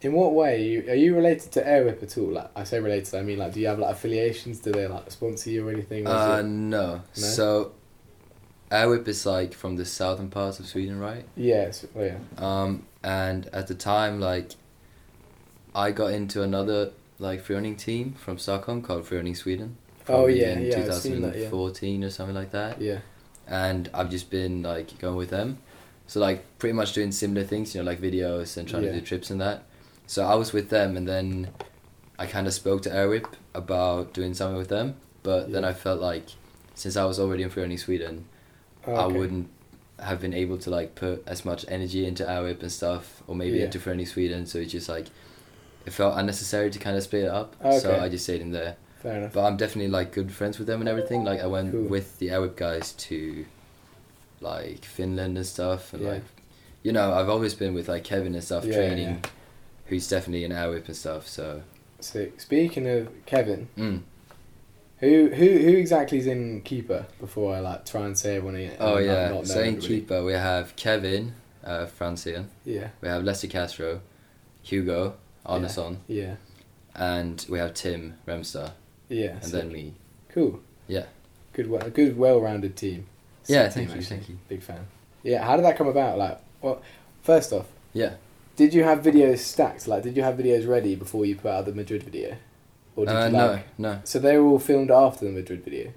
[SPEAKER 1] In what way are you, are you related to Airwhip at all? Like, I say related, I mean, like, do you have like affiliations? Do they like sponsor you or anything? Or is
[SPEAKER 2] Uh,
[SPEAKER 1] it-
[SPEAKER 2] no. So, Awip is like from the southern parts of Sweden, right?
[SPEAKER 1] yeah, it's, oh, yeah.
[SPEAKER 2] Um, and at the time, like, I got into another like freerunning team from Stockholm called Freerunning Sweden.
[SPEAKER 1] Oh,
[SPEAKER 2] probably
[SPEAKER 1] yeah,
[SPEAKER 2] in
[SPEAKER 1] yeah, I've seen that, yeah.
[SPEAKER 2] 2014 or something like that.
[SPEAKER 1] Yeah.
[SPEAKER 2] and I've just been like going with them. So like pretty much doing similar things, you know, like videos and trying
[SPEAKER 1] Yeah.
[SPEAKER 2] to do trips and that. So I was with them, and then I kind of spoke to Airwhip about doing something with them. But then
[SPEAKER 1] Yeah.
[SPEAKER 2] I felt like since I was already in Freerunning Sweden, I
[SPEAKER 1] Oh, Okay.
[SPEAKER 2] wouldn't have been able to like put as much energy into Airwhip and stuff, or maybe
[SPEAKER 1] Yeah.
[SPEAKER 2] into Freerunning Sweden. So it's just like it felt unnecessary to kind of split it up. So
[SPEAKER 1] Oh, Okay.
[SPEAKER 2] I just stayed in there.
[SPEAKER 1] Fair enough.
[SPEAKER 2] But I'm definitely like good friends with them and everything. Like I went
[SPEAKER 1] Cool.
[SPEAKER 2] with the Arab guys to like Finland and stuff and
[SPEAKER 1] Yeah.
[SPEAKER 2] like you know, I've always been with like Kevin and stuff
[SPEAKER 1] Yeah,
[SPEAKER 2] training
[SPEAKER 1] yeah.
[SPEAKER 2] who's definitely an Arab and stuff, so
[SPEAKER 1] Sick. Speaking of Kevin,
[SPEAKER 2] mm.
[SPEAKER 1] who who who exactly is in Keeper? Before I like try and say everyone. and,
[SPEAKER 2] Oh
[SPEAKER 1] like,
[SPEAKER 2] yeah.
[SPEAKER 1] not know
[SPEAKER 2] So in
[SPEAKER 1] everybody.
[SPEAKER 2] Keeper we have Kevin, uh Francian,
[SPEAKER 1] Yeah.
[SPEAKER 2] we have Lester Castro, Hugo,
[SPEAKER 1] Yeah.
[SPEAKER 2] Arneson,
[SPEAKER 1] Yeah.
[SPEAKER 2] and we have Tim Remstar
[SPEAKER 1] Yeah.
[SPEAKER 2] and
[SPEAKER 1] so-
[SPEAKER 2] then me.
[SPEAKER 1] cool.
[SPEAKER 2] Yeah.
[SPEAKER 1] Good, well, good, well-rounded team.
[SPEAKER 2] Yeah,
[SPEAKER 1] Sick
[SPEAKER 2] thank you, thank you.
[SPEAKER 1] Big fan. Yeah, how did that come about? Like, well, first off,
[SPEAKER 2] Yeah.
[SPEAKER 1] did you have videos stacked? Like, did you have videos ready before you put out the Madrid video, or did
[SPEAKER 2] Uh,
[SPEAKER 1] you
[SPEAKER 2] no,
[SPEAKER 1] like?
[SPEAKER 2] no.
[SPEAKER 1] So they were all filmed after the Madrid video,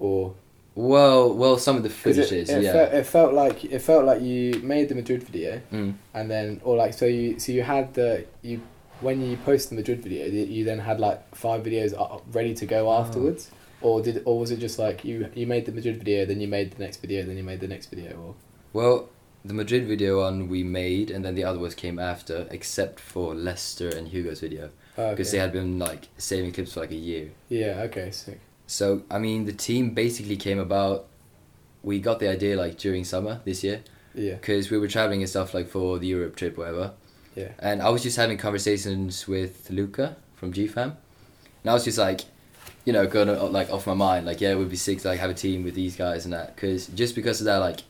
[SPEAKER 1] or
[SPEAKER 2] Well well some of the
[SPEAKER 1] 'cause
[SPEAKER 2] footage is,
[SPEAKER 1] it
[SPEAKER 2] yeah.
[SPEAKER 1] felt, it felt like it felt like you made the Madrid video,
[SPEAKER 2] Mm.
[SPEAKER 1] and then or like so you so you had the you when you post the Madrid video you you then had like five videos u- up- ready to go
[SPEAKER 2] Oh.
[SPEAKER 1] afterwards or did or was it just like you you made the Madrid video then you made the next video then you made the next video or
[SPEAKER 2] Well, the Madrid video one we made, and then the other ones came after, except for Lester and Hugo's video
[SPEAKER 1] Okay.
[SPEAKER 2] because they had been like saving clips for like a year.
[SPEAKER 1] Yeah. Okay. Sick.
[SPEAKER 2] So I mean, the team basically came about. We got the idea like during summer this year
[SPEAKER 1] Yeah.
[SPEAKER 2] because we were traveling and stuff like for the Europe trip, whatever.
[SPEAKER 1] Yeah.
[SPEAKER 2] And I was just having conversations with Luca from GFAM, and I was just like, you know, going uh, like off my mind, like yeah, it would be sick to like have a team with these guys and that, because just because of that, like,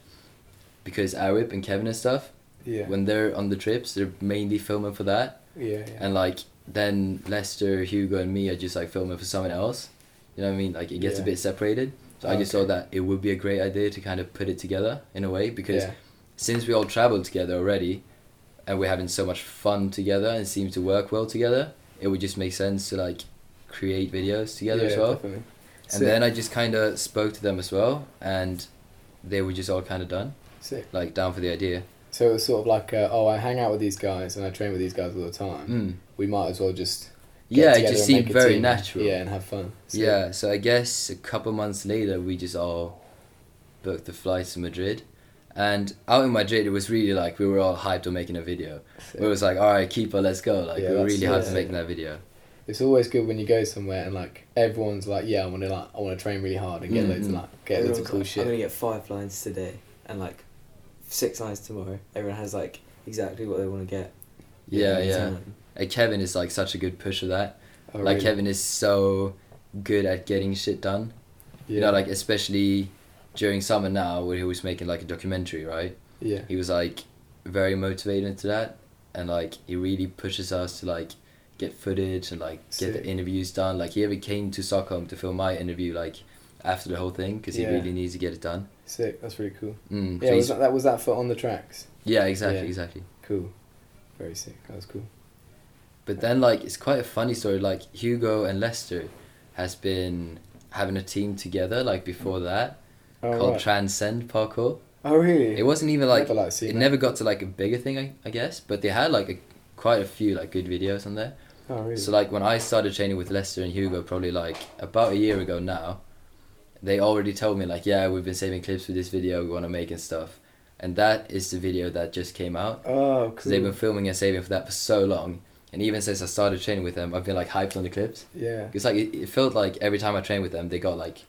[SPEAKER 2] because Arip and Kevin and stuff,
[SPEAKER 1] Yeah.
[SPEAKER 2] when they're on the trips, they're mainly filming for that,
[SPEAKER 1] yeah. Yeah.
[SPEAKER 2] and like then Lester, Hugo, and me are just like filming for someone else. You know what I mean? Like it gets a
[SPEAKER 1] Yeah.
[SPEAKER 2] bit separated. So I just
[SPEAKER 1] Okay.
[SPEAKER 2] thought that it would be a great idea to kind of put it together in a way because
[SPEAKER 1] yeah.
[SPEAKER 2] since we all traveled together already and we're having so much fun together and seem to work well together, it would just make sense to like create videos together
[SPEAKER 1] yeah,
[SPEAKER 2] as well.
[SPEAKER 1] Definitely.
[SPEAKER 2] And then I just kind of spoke to them as well, and they were just all kind of done,
[SPEAKER 1] Sick.
[SPEAKER 2] like down for the idea.
[SPEAKER 1] So it was sort of like, uh, oh, I hang out with these guys and I train with these guys all the time.
[SPEAKER 2] Mm.
[SPEAKER 1] We might as well just get
[SPEAKER 2] Yeah, it
[SPEAKER 1] together
[SPEAKER 2] just
[SPEAKER 1] and
[SPEAKER 2] seemed
[SPEAKER 1] make a
[SPEAKER 2] very
[SPEAKER 1] team.
[SPEAKER 2] natural.
[SPEAKER 1] Yeah, and have fun. Sick.
[SPEAKER 2] yeah, so I guess a couple months later, we just all booked the flights to Madrid. And out in Madrid, it was really like we were all hyped on making a video.
[SPEAKER 1] Sick.
[SPEAKER 2] It was like, all right, keeper, let's go. Like,
[SPEAKER 1] Yeah,
[SPEAKER 2] we were
[SPEAKER 1] that's-
[SPEAKER 2] really hyped
[SPEAKER 1] yeah.
[SPEAKER 2] on making that video.
[SPEAKER 1] It's always good when you go somewhere and like everyone's like, yeah, I want to like, I want to train really hard and get loads of
[SPEAKER 2] Mhm.
[SPEAKER 1] like, get loads of
[SPEAKER 3] Mm-hmm. Everyone's
[SPEAKER 1] cool
[SPEAKER 3] like,
[SPEAKER 1] shit.
[SPEAKER 3] I'm gonna get five lines today and like six lines tomorrow. Everyone has like exactly what they want to get.
[SPEAKER 2] Yeah,
[SPEAKER 3] at the
[SPEAKER 2] yeah.
[SPEAKER 3] time.
[SPEAKER 2] And Kevin is like such a good push of that.
[SPEAKER 1] Oh,
[SPEAKER 2] like
[SPEAKER 1] really?
[SPEAKER 2] Kevin is so good at getting shit done. You know, like especially during summer now, where he was making like a documentary, right?
[SPEAKER 1] yeah,
[SPEAKER 2] He was like very motivated into that, and like he really pushes us to like get footage and like get
[SPEAKER 1] Sick.
[SPEAKER 2] the interviews done. Like he even came to Stockholm to film my interview, like after the whole thing, because
[SPEAKER 1] Yeah.
[SPEAKER 2] he really needs to get it done.
[SPEAKER 1] sick. That's really cool.
[SPEAKER 2] Mm,
[SPEAKER 1] Yeah,
[SPEAKER 2] so
[SPEAKER 1] was
[SPEAKER 2] he's-
[SPEAKER 1] that, that was that for on the tracks.
[SPEAKER 2] yeah, exactly,
[SPEAKER 1] Yeah.
[SPEAKER 2] exactly.
[SPEAKER 1] Cool, very sick. That was cool.
[SPEAKER 2] But then like it's quite a funny story. Like Hugo and Lester has been having a team together like before that
[SPEAKER 1] Oh,
[SPEAKER 2] called
[SPEAKER 1] right.
[SPEAKER 2] Transcend Parkour.
[SPEAKER 1] oh really?
[SPEAKER 2] It wasn't even like
[SPEAKER 1] Never, like, seen
[SPEAKER 2] it
[SPEAKER 1] that.
[SPEAKER 2] never got to like a bigger thing I, I guess, but they had like a quite a few like good videos on there.
[SPEAKER 1] Oh really?
[SPEAKER 2] So like when I started training with Lester and Hugo probably like about a year ago now, they already told me like yeah, we've been saving clips for this video we want to make and stuff. And that is the video that just came out.
[SPEAKER 1] oh
[SPEAKER 2] Because
[SPEAKER 1] cool.
[SPEAKER 2] they've been filming and saving for that for so long. And even since I started training with them, I've been like hyped on the clips.
[SPEAKER 1] yeah,
[SPEAKER 2] It's like it, it felt like every time I trained with them, they got like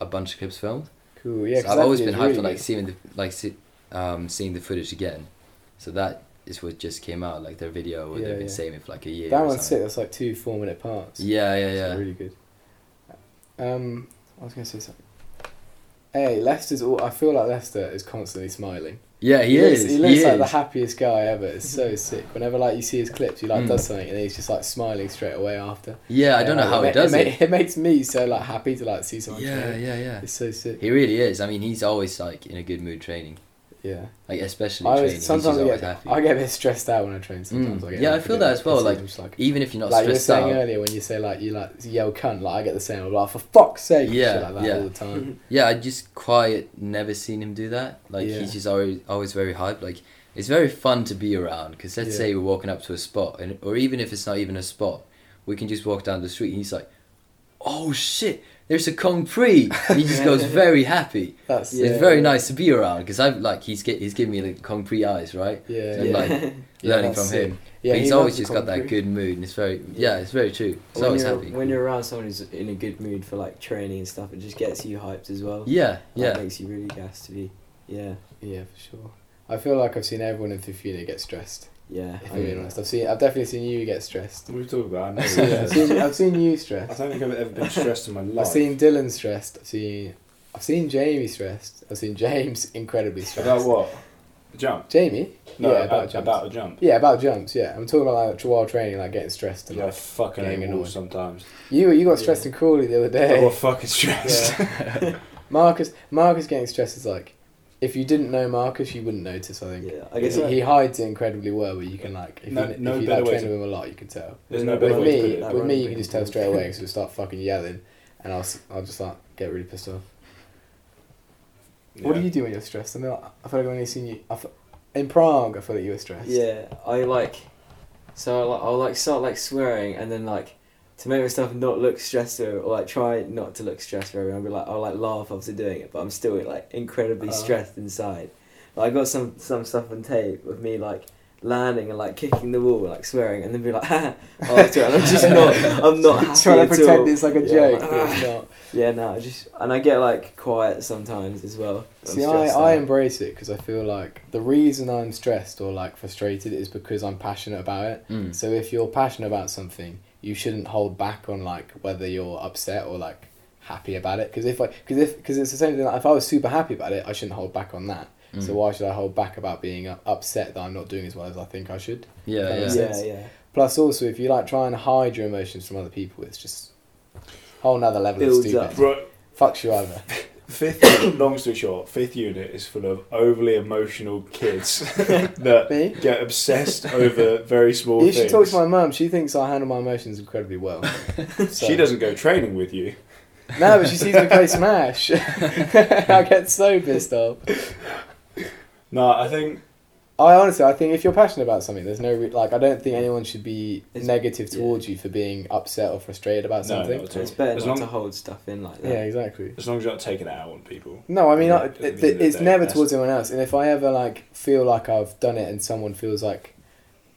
[SPEAKER 2] a bunch of clips filmed.
[SPEAKER 1] cool. Yeah,
[SPEAKER 2] so
[SPEAKER 1] 'cause
[SPEAKER 2] I've
[SPEAKER 1] that
[SPEAKER 2] always
[SPEAKER 1] video's
[SPEAKER 2] been hyped
[SPEAKER 1] really
[SPEAKER 2] on like
[SPEAKER 1] good.
[SPEAKER 2] seeing the like see, um, seeing the footage again. So that is what just came out, like their video where
[SPEAKER 1] Yeah,
[SPEAKER 2] they've been
[SPEAKER 1] yeah.
[SPEAKER 2] saving for like a year.
[SPEAKER 1] that
[SPEAKER 2] or
[SPEAKER 1] one's sick.
[SPEAKER 2] something.
[SPEAKER 1] That's like two four minute parts.
[SPEAKER 2] Yeah, yeah,
[SPEAKER 1] It's
[SPEAKER 2] yeah.
[SPEAKER 1] really good. Um, I was gonna say something. Hey, Leicester's all. I feel like Leicester is constantly smiling.
[SPEAKER 2] yeah, he,
[SPEAKER 1] looks-
[SPEAKER 2] is.
[SPEAKER 1] He looks like the
[SPEAKER 2] is.
[SPEAKER 1] happiest guy ever. It's so sick. Whenever like you see his clips, he like
[SPEAKER 2] Mm.
[SPEAKER 1] does something and he's just like smiling straight away after.
[SPEAKER 2] yeah, I don't know
[SPEAKER 1] like,
[SPEAKER 2] how
[SPEAKER 1] ma-
[SPEAKER 2] he does
[SPEAKER 1] ma-
[SPEAKER 2] it.
[SPEAKER 1] It makes me so like happy to like see someone.
[SPEAKER 2] Yeah,
[SPEAKER 1] train.
[SPEAKER 2] yeah, yeah.
[SPEAKER 1] It's so sick.
[SPEAKER 2] He really is. I mean, he's always like in a good mood training,
[SPEAKER 1] Yeah.
[SPEAKER 2] like especially
[SPEAKER 1] I
[SPEAKER 2] training.
[SPEAKER 1] always,
[SPEAKER 2] He's
[SPEAKER 1] sometimes
[SPEAKER 2] just
[SPEAKER 1] I
[SPEAKER 2] always
[SPEAKER 1] get,
[SPEAKER 2] happy.
[SPEAKER 1] I get a bit stressed out when I train. Sometimes
[SPEAKER 2] Mm.
[SPEAKER 1] I get.
[SPEAKER 2] Yeah, I
[SPEAKER 1] like, a
[SPEAKER 2] feel
[SPEAKER 1] bit
[SPEAKER 2] that as well,
[SPEAKER 1] pissy.
[SPEAKER 2] like,
[SPEAKER 1] I'm just like
[SPEAKER 2] Even if you're not
[SPEAKER 1] like you were
[SPEAKER 2] stressed
[SPEAKER 1] saying uh,
[SPEAKER 2] out,
[SPEAKER 1] earlier when you say like you like yell cunt, like I get the same. I'm like for fuck's sake, and
[SPEAKER 2] Yeah,
[SPEAKER 1] shit like that
[SPEAKER 2] yeah.
[SPEAKER 1] all the time.
[SPEAKER 2] Yeah, I just quiet. Never seen him do that. Like
[SPEAKER 1] Yeah.
[SPEAKER 2] he's just always always very hyped. Like it's very fun to be around because let's
[SPEAKER 1] Yeah.
[SPEAKER 2] say we're walking up to a spot, and or even if it's not even a spot, we can just walk down the street. and He's like, "Oh shit, there's a Kong Pri." He just goes very happy.
[SPEAKER 1] That's
[SPEAKER 2] It's very nice to be around because I've like he's get, he's giving me like Kong Pri eyes, right?
[SPEAKER 1] Yeah,
[SPEAKER 2] And,
[SPEAKER 1] yeah.
[SPEAKER 2] like,
[SPEAKER 1] Yeah,
[SPEAKER 2] Learning
[SPEAKER 1] that's
[SPEAKER 2] from him.
[SPEAKER 1] it. yeah
[SPEAKER 2] but he's
[SPEAKER 1] he
[SPEAKER 2] always
[SPEAKER 1] loves
[SPEAKER 2] just
[SPEAKER 1] the
[SPEAKER 2] got that
[SPEAKER 1] commentary.
[SPEAKER 2] good mood, and it's very yeah, it's very true. He's
[SPEAKER 3] when
[SPEAKER 2] always
[SPEAKER 3] you're
[SPEAKER 2] happy.
[SPEAKER 3] when you're around someone who's in a good mood for like training and stuff, it just gets you hyped as well.
[SPEAKER 2] yeah,
[SPEAKER 3] Like,
[SPEAKER 1] Oh,
[SPEAKER 2] yeah.
[SPEAKER 3] makes you really gassed to be. Yeah,
[SPEAKER 1] Yeah, for sure. I feel like I've seen everyone in Fifuna get stressed.
[SPEAKER 3] yeah.
[SPEAKER 1] If
[SPEAKER 3] I
[SPEAKER 1] I'm being
[SPEAKER 3] mean,
[SPEAKER 1] honest, I've seen I've definitely seen you get stressed.
[SPEAKER 4] We've talked about.
[SPEAKER 1] I've
[SPEAKER 4] it,
[SPEAKER 1] seen,
[SPEAKER 4] haven't
[SPEAKER 1] I've
[SPEAKER 4] we?
[SPEAKER 1] seen, I've seen you
[SPEAKER 4] I
[SPEAKER 1] stressed.
[SPEAKER 4] don't think Oh, I've ever been stressed in my life.
[SPEAKER 1] I've seen Dylan stressed. I've seen I've seen Jamie stressed. I've seen James incredibly stressed.
[SPEAKER 4] about what? A jump?
[SPEAKER 1] Jamie?
[SPEAKER 4] No,
[SPEAKER 1] yeah,
[SPEAKER 4] about,
[SPEAKER 1] about, jumps.
[SPEAKER 4] about a jump.
[SPEAKER 1] yeah, about jumps. Yeah, I'm talking about like while training, like getting stressed and
[SPEAKER 4] Yeah, I
[SPEAKER 1] like
[SPEAKER 4] fucking
[SPEAKER 1] Getting
[SPEAKER 4] hate
[SPEAKER 1] annoyed.
[SPEAKER 4] walls sometimes.
[SPEAKER 1] you. You got stressed in Crawley the other
[SPEAKER 4] I
[SPEAKER 1] day.
[SPEAKER 4] got fucking stressed.
[SPEAKER 1] Marcus, Marcus getting stressed is like, if you didn't know Marcus, you wouldn't notice. I think.
[SPEAKER 3] yeah. I
[SPEAKER 1] I guess
[SPEAKER 3] guess
[SPEAKER 4] Yeah.
[SPEAKER 1] he, he hides it incredibly well, but you can like if
[SPEAKER 4] No-
[SPEAKER 1] you,
[SPEAKER 4] no
[SPEAKER 1] if you
[SPEAKER 4] better
[SPEAKER 1] like
[SPEAKER 4] way
[SPEAKER 1] train
[SPEAKER 4] to-
[SPEAKER 1] with him a lot, you can tell.
[SPEAKER 4] There's no
[SPEAKER 3] With
[SPEAKER 4] better
[SPEAKER 1] With
[SPEAKER 4] way to put
[SPEAKER 1] me,
[SPEAKER 4] it.
[SPEAKER 3] that
[SPEAKER 1] with
[SPEAKER 3] run
[SPEAKER 1] me,
[SPEAKER 3] would
[SPEAKER 1] you
[SPEAKER 3] be
[SPEAKER 1] can just tell
[SPEAKER 3] cool.
[SPEAKER 1] straight away because we start fucking yelling, and I'll, s- I'll just like get really pissed off. What do
[SPEAKER 4] Yeah.
[SPEAKER 1] you do when you're stressed? I mean, I I feel like I've only seen you I fe- in Prague. I feel like you were stressed.
[SPEAKER 3] Yeah, I like. So I like, I'll like start like swearing and then like to make myself not look stressed or, or like try not to look stressed for everyone. I'll be like I'll like laugh after doing it, but I'm still like incredibly
[SPEAKER 1] Uh.
[SPEAKER 3] stressed inside. Like, I got some some stuff on tape of me like landing and like kicking the wall, like swearing, and then be like, "Ha!" Oh, it's all right. I'm just not. I'm not happy
[SPEAKER 1] trying to
[SPEAKER 3] at
[SPEAKER 1] pretend
[SPEAKER 3] all.
[SPEAKER 1] it's like a
[SPEAKER 3] Yeah.
[SPEAKER 1] joke.
[SPEAKER 3] Ah.
[SPEAKER 1] but it's not.
[SPEAKER 3] Yeah, no, I just and I get like quiet sometimes as well. I'm
[SPEAKER 1] See, I,
[SPEAKER 3] stressed
[SPEAKER 1] I
[SPEAKER 3] out.
[SPEAKER 1] embrace it because I feel like the reason I'm stressed or like frustrated is because I'm passionate about it.
[SPEAKER 4] Hmm.
[SPEAKER 2] Mm.
[SPEAKER 1] So if you're passionate about something, you shouldn't hold back on like whether you're upset or like happy about it. Because if I, because if, because it's the same thing. Like if I was super happy about it, I shouldn't hold back on that.
[SPEAKER 2] Mm.
[SPEAKER 4] Hmm.
[SPEAKER 1] So why should I hold back about being u- upset that I'm not doing as well as I think I should?
[SPEAKER 2] Yeah,
[SPEAKER 1] That
[SPEAKER 2] yeah.
[SPEAKER 1] makes
[SPEAKER 3] yeah,
[SPEAKER 1] sense.
[SPEAKER 3] yeah.
[SPEAKER 1] Plus, also if you like try and hide your emotions from other people, it's just a whole nother level
[SPEAKER 3] Builds
[SPEAKER 1] of stupid.
[SPEAKER 3] up.
[SPEAKER 4] Right,
[SPEAKER 1] Fucks you over.
[SPEAKER 4] fifth, long story short, fifth unit is full of overly emotional kids that
[SPEAKER 1] Me?
[SPEAKER 4] get obsessed over very small
[SPEAKER 1] You should
[SPEAKER 4] things.
[SPEAKER 1] talk to my mum. She thinks I handle my emotions incredibly well. So-
[SPEAKER 4] She doesn't go training with you.
[SPEAKER 1] No, but she sees me play Smash. I get so pissed off.
[SPEAKER 4] No, I think
[SPEAKER 1] I honestly, I think if you're passionate about something, there's no re- like. I don't think anyone should be
[SPEAKER 3] It's-
[SPEAKER 1] negative towards you for being upset or frustrated about
[SPEAKER 4] No,
[SPEAKER 1] something.
[SPEAKER 4] not at all.
[SPEAKER 3] It's better not
[SPEAKER 4] As long-
[SPEAKER 3] to hold stuff in like that.
[SPEAKER 1] yeah, exactly.
[SPEAKER 4] as long as you're not taking it out on people.
[SPEAKER 1] No, I mean,
[SPEAKER 4] Yeah,
[SPEAKER 1] I,
[SPEAKER 4] it doesn't
[SPEAKER 1] it,
[SPEAKER 4] mean that
[SPEAKER 1] it's
[SPEAKER 4] they-
[SPEAKER 1] never
[SPEAKER 4] that's-
[SPEAKER 1] towards anyone else. And if I ever like feel like I've done it and someone feels like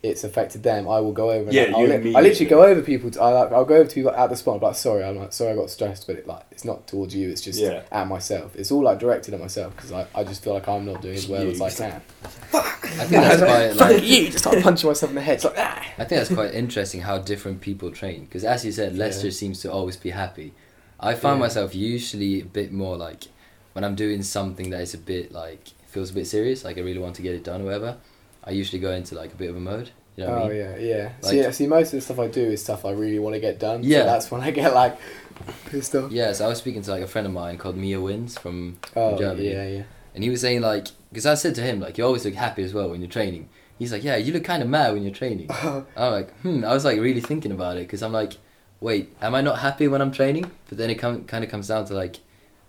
[SPEAKER 1] it's affected them, I will go over. And,
[SPEAKER 4] Yeah,
[SPEAKER 1] like, I'll
[SPEAKER 4] you
[SPEAKER 1] li- I
[SPEAKER 4] immediately-
[SPEAKER 1] literally go over people. To, I like, I'll go over to people at the spot. I'm like, sorry, I'm like, sorry, I got stressed, but it like, it's not towards you. It's just
[SPEAKER 4] Yeah.
[SPEAKER 1] at myself. It's all like directed at myself because I, I just feel like I'm not doing as well
[SPEAKER 4] You,
[SPEAKER 1] as I
[SPEAKER 4] it's like-
[SPEAKER 1] can.
[SPEAKER 2] I think that's quite
[SPEAKER 1] Fuck
[SPEAKER 2] like
[SPEAKER 1] you! Just start punching myself in the head. It's like ah.
[SPEAKER 2] I think that's quite interesting how different people train. Because as you said,
[SPEAKER 1] Yeah.
[SPEAKER 2] Lester seems to always be happy. I find
[SPEAKER 1] Yeah.
[SPEAKER 2] myself usually a bit more like when I'm doing something that is a bit like feels a bit serious, like I really want to get it done or whatever. I usually go into like a bit of a mode. You know what I
[SPEAKER 1] Oh
[SPEAKER 2] mean?
[SPEAKER 1] yeah, yeah.
[SPEAKER 2] Like-
[SPEAKER 1] see, yeah, see, most of the stuff I do is stuff I really want to get done.
[SPEAKER 2] Yeah.
[SPEAKER 1] so that's when I get like pissed off.
[SPEAKER 2] Yeah. so I was speaking to like a friend of mine called Mia Wins from, from
[SPEAKER 1] Oh
[SPEAKER 2] Germany,
[SPEAKER 1] yeah, yeah.
[SPEAKER 2] and he was saying like, because I said to him like, you always look happy as well when you're training. He's like, yeah, you look kind of mad when you're training. I'm like, hmm. I was like really thinking about it because I'm like, wait, am I not happy when I'm training? But then it com- kind of comes down to like,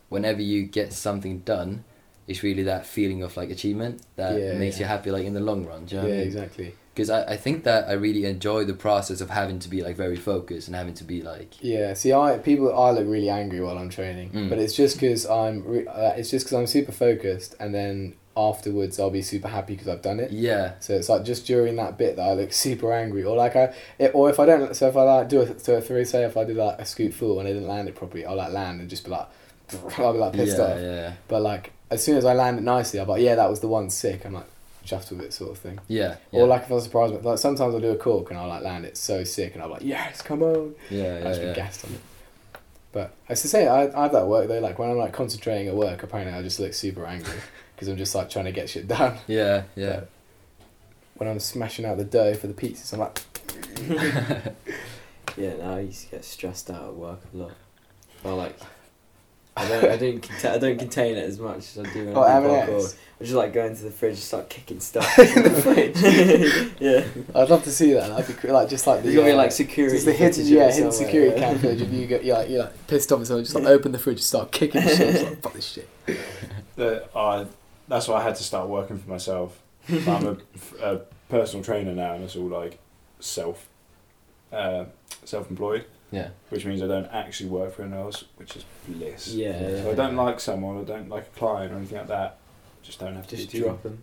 [SPEAKER 2] whenever you get something done, it's really that feeling of like achievement that
[SPEAKER 1] Yeah,
[SPEAKER 2] makes
[SPEAKER 1] yeah.
[SPEAKER 2] you happy like in the long run. Do you know
[SPEAKER 1] yeah,
[SPEAKER 2] what I mean?
[SPEAKER 1] exactly.
[SPEAKER 2] Because I, I think that I really enjoy the process of having to be like very focused and having to be like,
[SPEAKER 1] Yeah, see, I people I look really angry while I'm training,
[SPEAKER 2] Mm.
[SPEAKER 1] but it's just because I'm re- uh, it's just 'cause I'm super focused, and then afterwards I'll be super happy because I've done it.
[SPEAKER 2] yeah,
[SPEAKER 1] So it's like just during that bit that I look super angry, or like I, it, or if I don't, so if I like do a, so if we say if I did like a scoop full and I didn't land it properly, I'll like land and just be like, I'll be like
[SPEAKER 2] yeah,
[SPEAKER 1] pissed off.
[SPEAKER 2] yeah,
[SPEAKER 1] But like as soon as I land it nicely, I'm like, yeah, that was the one sick. I'm like chuffed with it, sort of thing.
[SPEAKER 2] yeah,
[SPEAKER 1] Or
[SPEAKER 2] yeah,
[SPEAKER 1] like if I surprise, like sometimes I'll do a cork and I'll like land it so sick, and I'm like, yes, come on.
[SPEAKER 2] yeah,
[SPEAKER 1] I
[SPEAKER 2] yeah,
[SPEAKER 1] just
[SPEAKER 2] yeah.
[SPEAKER 1] been gassed on it. But as to say, I, I have that work though. Like when I'm like concentrating at work, apparently I just look super angry because I'm just like trying to get shit done.
[SPEAKER 2] Yeah, yeah.
[SPEAKER 1] When I'm smashing out the dough for the pizzas, I'm like,
[SPEAKER 3] Yeah, no, I used to get stressed out at work a lot. Or like, I don't, I don't, contain, I don't contain it as much as I do when
[SPEAKER 1] oh,
[SPEAKER 3] I do parkour.
[SPEAKER 1] M&S.
[SPEAKER 3] I just like go into the fridge and start kicking stuff in the fridge. yeah,
[SPEAKER 1] "Mm, I'd love to see that. That'd be cool. like just like the
[SPEAKER 3] there's gonna be
[SPEAKER 1] uh,
[SPEAKER 3] like security.
[SPEAKER 1] just the hidden
[SPEAKER 3] footage of
[SPEAKER 1] yeah
[SPEAKER 3] it
[SPEAKER 1] hidden
[SPEAKER 3] somewhere,
[SPEAKER 1] security
[SPEAKER 3] yeah.
[SPEAKER 1] cam footage of you get you like you like pissed off at someone just like open the fridge, start kicking the shit, just, like fuck this shit.
[SPEAKER 4] That I that's why I had to start working for myself. I'm a, a personal trainer now, and it's all like self uh, self employed,
[SPEAKER 2] yeah.
[SPEAKER 4] which means I don't actually work for anyone else, which is bliss.
[SPEAKER 3] Yeah, yeah.
[SPEAKER 4] If I don't like someone, I don't like a client or anything like that. Just don't have to
[SPEAKER 3] Just
[SPEAKER 4] do
[SPEAKER 3] drop them.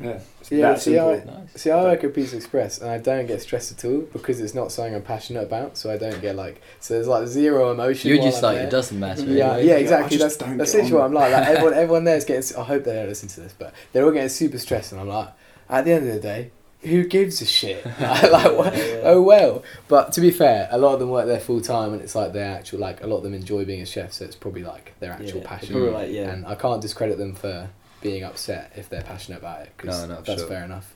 [SPEAKER 4] Yeah, it's
[SPEAKER 1] Yeah,
[SPEAKER 4] that
[SPEAKER 1] see, I-
[SPEAKER 4] simple.
[SPEAKER 2] Nice.
[SPEAKER 1] See, I work at Pizza Express and I don't get stressed at all because it's not something I'm passionate about, so I don't get like so there's like zero emotion.
[SPEAKER 2] You're
[SPEAKER 1] while
[SPEAKER 2] just
[SPEAKER 1] I'm
[SPEAKER 2] like,
[SPEAKER 1] there.
[SPEAKER 2] it doesn't matter.
[SPEAKER 1] Yeah,
[SPEAKER 2] anyway.
[SPEAKER 1] yeah,
[SPEAKER 4] I
[SPEAKER 1] exactly.
[SPEAKER 4] just
[SPEAKER 1] That's
[SPEAKER 4] don't
[SPEAKER 1] that's
[SPEAKER 4] get
[SPEAKER 1] literally what
[SPEAKER 4] on
[SPEAKER 1] I'm like. Like everyone, everyone there's getting. I hope they don't listen to this, but they're all getting super stressed, and I'm like, at the end of the day, who gives a shit? like, what-
[SPEAKER 3] Yeah, yeah.
[SPEAKER 1] oh well. But to be fair, a lot of them work there full time, and it's like their actual like a lot of them enjoy being a chef, so it's probably like their actual
[SPEAKER 3] yeah.
[SPEAKER 1] passion.
[SPEAKER 3] Probably like, yeah.
[SPEAKER 1] And I can't discredit them for being upset if they're passionate about it because
[SPEAKER 2] No, no, for
[SPEAKER 1] that's
[SPEAKER 2] sure.
[SPEAKER 1] fair enough.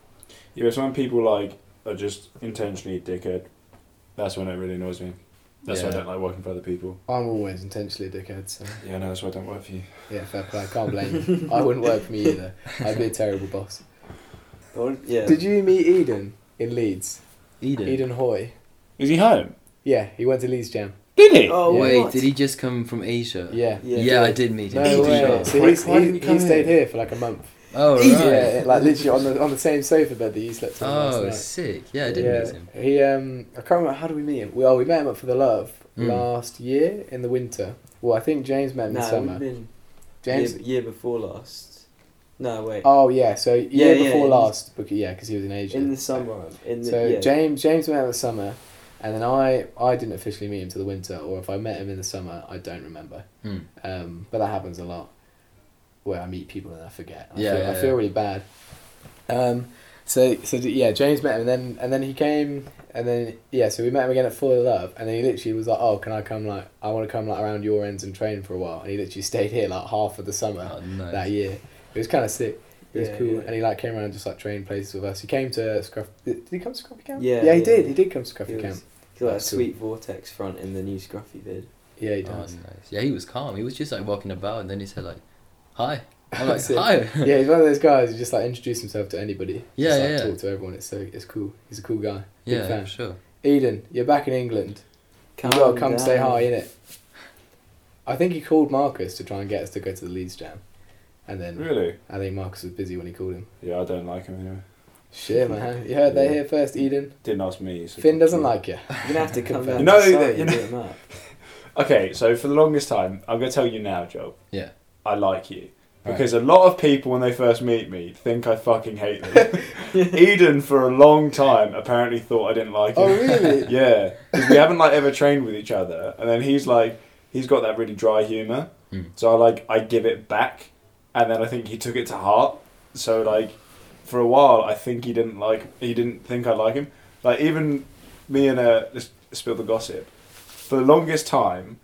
[SPEAKER 4] Yeah, it's when people like are just intentionally dickhead. That's when it really annoys me. That's why I
[SPEAKER 2] Yeah.
[SPEAKER 4] don't like working for other people.
[SPEAKER 1] I'm always intentionally a dickhead, so
[SPEAKER 4] Yeah, no, that's why I don't work for you.
[SPEAKER 1] yeah, fair play. I can't blame you. I wouldn't work for me either. I'd be a terrible boss.
[SPEAKER 3] Or- yeah.
[SPEAKER 1] Did you meet Eden in Leeds?
[SPEAKER 2] Eden.
[SPEAKER 1] Eden Hoy.
[SPEAKER 4] Is he home?
[SPEAKER 1] Yeah, he went to Leeds Jam.
[SPEAKER 4] Did he?
[SPEAKER 3] Oh
[SPEAKER 1] Yeah.
[SPEAKER 2] Wait,
[SPEAKER 3] what?
[SPEAKER 2] did he just come from Asia?
[SPEAKER 1] Yeah.
[SPEAKER 2] Yeah,
[SPEAKER 3] Yeah.
[SPEAKER 2] I did meet him.
[SPEAKER 1] No
[SPEAKER 4] Eden
[SPEAKER 1] way.
[SPEAKER 4] Jam.
[SPEAKER 1] So he's,
[SPEAKER 4] Why didn't
[SPEAKER 1] he,
[SPEAKER 4] you come
[SPEAKER 1] he stayed
[SPEAKER 4] here?
[SPEAKER 1] here for like a month.
[SPEAKER 2] Oh, right.
[SPEAKER 1] Yeah, like literally on the on the same sofa bed that you slept on last
[SPEAKER 2] Oh,
[SPEAKER 1] night.
[SPEAKER 2] sick. Yeah, I did meet him.
[SPEAKER 1] He um, I can't remember how did we meet him. Well, we met him up for the love
[SPEAKER 2] Mm.
[SPEAKER 1] last year in the winter. Well, I think James met him in
[SPEAKER 3] Nah, it would've
[SPEAKER 1] summer.
[SPEAKER 3] been
[SPEAKER 1] James,
[SPEAKER 3] year, year before last. No, wait.
[SPEAKER 1] Oh yeah, so
[SPEAKER 3] Yeah,
[SPEAKER 1] year
[SPEAKER 3] yeah,
[SPEAKER 1] before
[SPEAKER 3] in-
[SPEAKER 1] last, because yeah, because he was in Asia.
[SPEAKER 3] in the summer. In the,
[SPEAKER 1] so
[SPEAKER 3] yeah.
[SPEAKER 1] James James went out in the summer, and then I I didn't officially meet him till the winter, or if I met him in the summer, I don't remember.
[SPEAKER 2] Hmm.
[SPEAKER 1] Um, but that happens a lot, where I meet people and I forget. I
[SPEAKER 2] Yeah,
[SPEAKER 1] feel,
[SPEAKER 2] yeah,
[SPEAKER 1] I
[SPEAKER 2] yeah.
[SPEAKER 1] feel really bad. Um, so so d- yeah, James met him, and then and then he came, and then yeah, so we met him again at Full of Love, and then he literally was like, oh, can I come like I want to come like around your ends and train for a while, and he literally stayed here like half of the summer
[SPEAKER 2] Oh, nice.
[SPEAKER 1] that year. It was kind of sick. It was
[SPEAKER 3] Yeah,
[SPEAKER 1] cool,
[SPEAKER 3] yeah.
[SPEAKER 1] and he like came around and just like trained places with us. He came to Scruff. Did did he come to Scruffy Camp?
[SPEAKER 3] Yeah,
[SPEAKER 1] yeah, he
[SPEAKER 3] yeah.
[SPEAKER 1] did. He did come to Scruffy
[SPEAKER 3] He was-
[SPEAKER 1] Camp.
[SPEAKER 3] He's got a
[SPEAKER 1] That's cool.
[SPEAKER 3] sweet vortex front in the new Scruffy vid.
[SPEAKER 1] Yeah, he
[SPEAKER 2] Oh,
[SPEAKER 1] does.
[SPEAKER 2] nice. Yeah, he was calm. He was just like walking about, and then he said like, "Hi." I'm like,
[SPEAKER 1] That's it.
[SPEAKER 2] "Hi."
[SPEAKER 1] yeah, he's one of those guys who just like introduce himself to anybody.
[SPEAKER 2] Yeah,
[SPEAKER 1] just,
[SPEAKER 2] yeah,
[SPEAKER 1] like,
[SPEAKER 2] yeah.
[SPEAKER 1] Talk to everyone. It's so it's cool. He's a cool guy. Big
[SPEAKER 2] yeah,
[SPEAKER 1] fan.
[SPEAKER 2] sure.
[SPEAKER 1] Eden, you're back in England.
[SPEAKER 3] Come,
[SPEAKER 1] you gotta come
[SPEAKER 3] down.
[SPEAKER 1] say hi, innit? I think he called Marcus to try and get us to go to the Leeds Jam, and then
[SPEAKER 4] Really?
[SPEAKER 1] I think Marcus was busy when he called him.
[SPEAKER 4] Yeah, I don't like him anyway.
[SPEAKER 1] Shit, man, you heard that
[SPEAKER 4] Yeah.
[SPEAKER 1] here first, Eden.
[SPEAKER 4] Didn't ask me. So
[SPEAKER 1] Finn doesn't like you.
[SPEAKER 3] You're gonna have to come down.
[SPEAKER 4] You
[SPEAKER 3] You
[SPEAKER 4] know
[SPEAKER 3] know, to
[SPEAKER 4] that-
[SPEAKER 3] the
[SPEAKER 4] you
[SPEAKER 3] you
[SPEAKER 4] know-
[SPEAKER 3] know. Him up.
[SPEAKER 4] Okay, so for the longest time, I'm gonna tell you now, Joel.
[SPEAKER 2] Yeah.
[SPEAKER 4] I like you.
[SPEAKER 2] Right.
[SPEAKER 4] Because a lot of people, when they first meet me, think I fucking hate them. Eden, for a long time, apparently thought I didn't like him.
[SPEAKER 1] Oh really?
[SPEAKER 4] Yeah, 'cause we haven't like ever trained with each other, and then he's like, he's got that really dry humor.
[SPEAKER 1] Hmm.
[SPEAKER 2] Mm.
[SPEAKER 4] So I like, I give it back, and then I think he took it to heart. So like, for a while, I think he didn't like, he didn't think I like him. Like even me and uh, let's spill the gossip. For the longest time,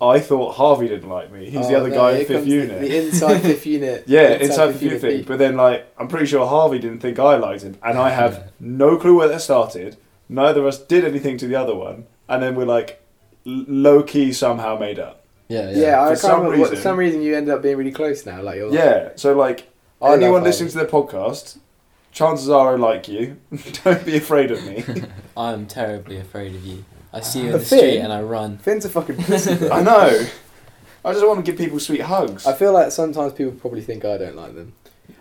[SPEAKER 4] I thought Harvey didn't like me. He's the
[SPEAKER 1] Oh,
[SPEAKER 4] other
[SPEAKER 1] no,
[SPEAKER 4] guy in
[SPEAKER 1] here
[SPEAKER 4] fifth
[SPEAKER 1] comes the-
[SPEAKER 4] unit.
[SPEAKER 1] The, inside fifth unit.
[SPEAKER 4] yeah, inside the unit thing.
[SPEAKER 1] people.
[SPEAKER 4] But then, like, I'm pretty sure Harvey didn't think I liked him, and I have no clue where that started. Neither of us did anything to the other one, and then we're like l- low key somehow made up.
[SPEAKER 2] Yeah, yeah.
[SPEAKER 1] Yeah, I
[SPEAKER 4] For
[SPEAKER 1] can't
[SPEAKER 4] some
[SPEAKER 1] remember. What, for
[SPEAKER 4] reason-
[SPEAKER 1] some reason, you ended up being really close now. Like you're. Like,
[SPEAKER 4] Yeah, so like
[SPEAKER 1] I love
[SPEAKER 4] anyone
[SPEAKER 1] Harvey.
[SPEAKER 4] listening to their podcast, chances are I like you. Don't be afraid of me.
[SPEAKER 5] I'm terribly afraid of you. I see you in
[SPEAKER 1] The
[SPEAKER 5] the street
[SPEAKER 1] thing-
[SPEAKER 5] and I run.
[SPEAKER 1] Finn's a fucking pussy. bro.
[SPEAKER 4] I know. I just want to give people sweet hugs.
[SPEAKER 1] I feel like sometimes people probably think I don't like them.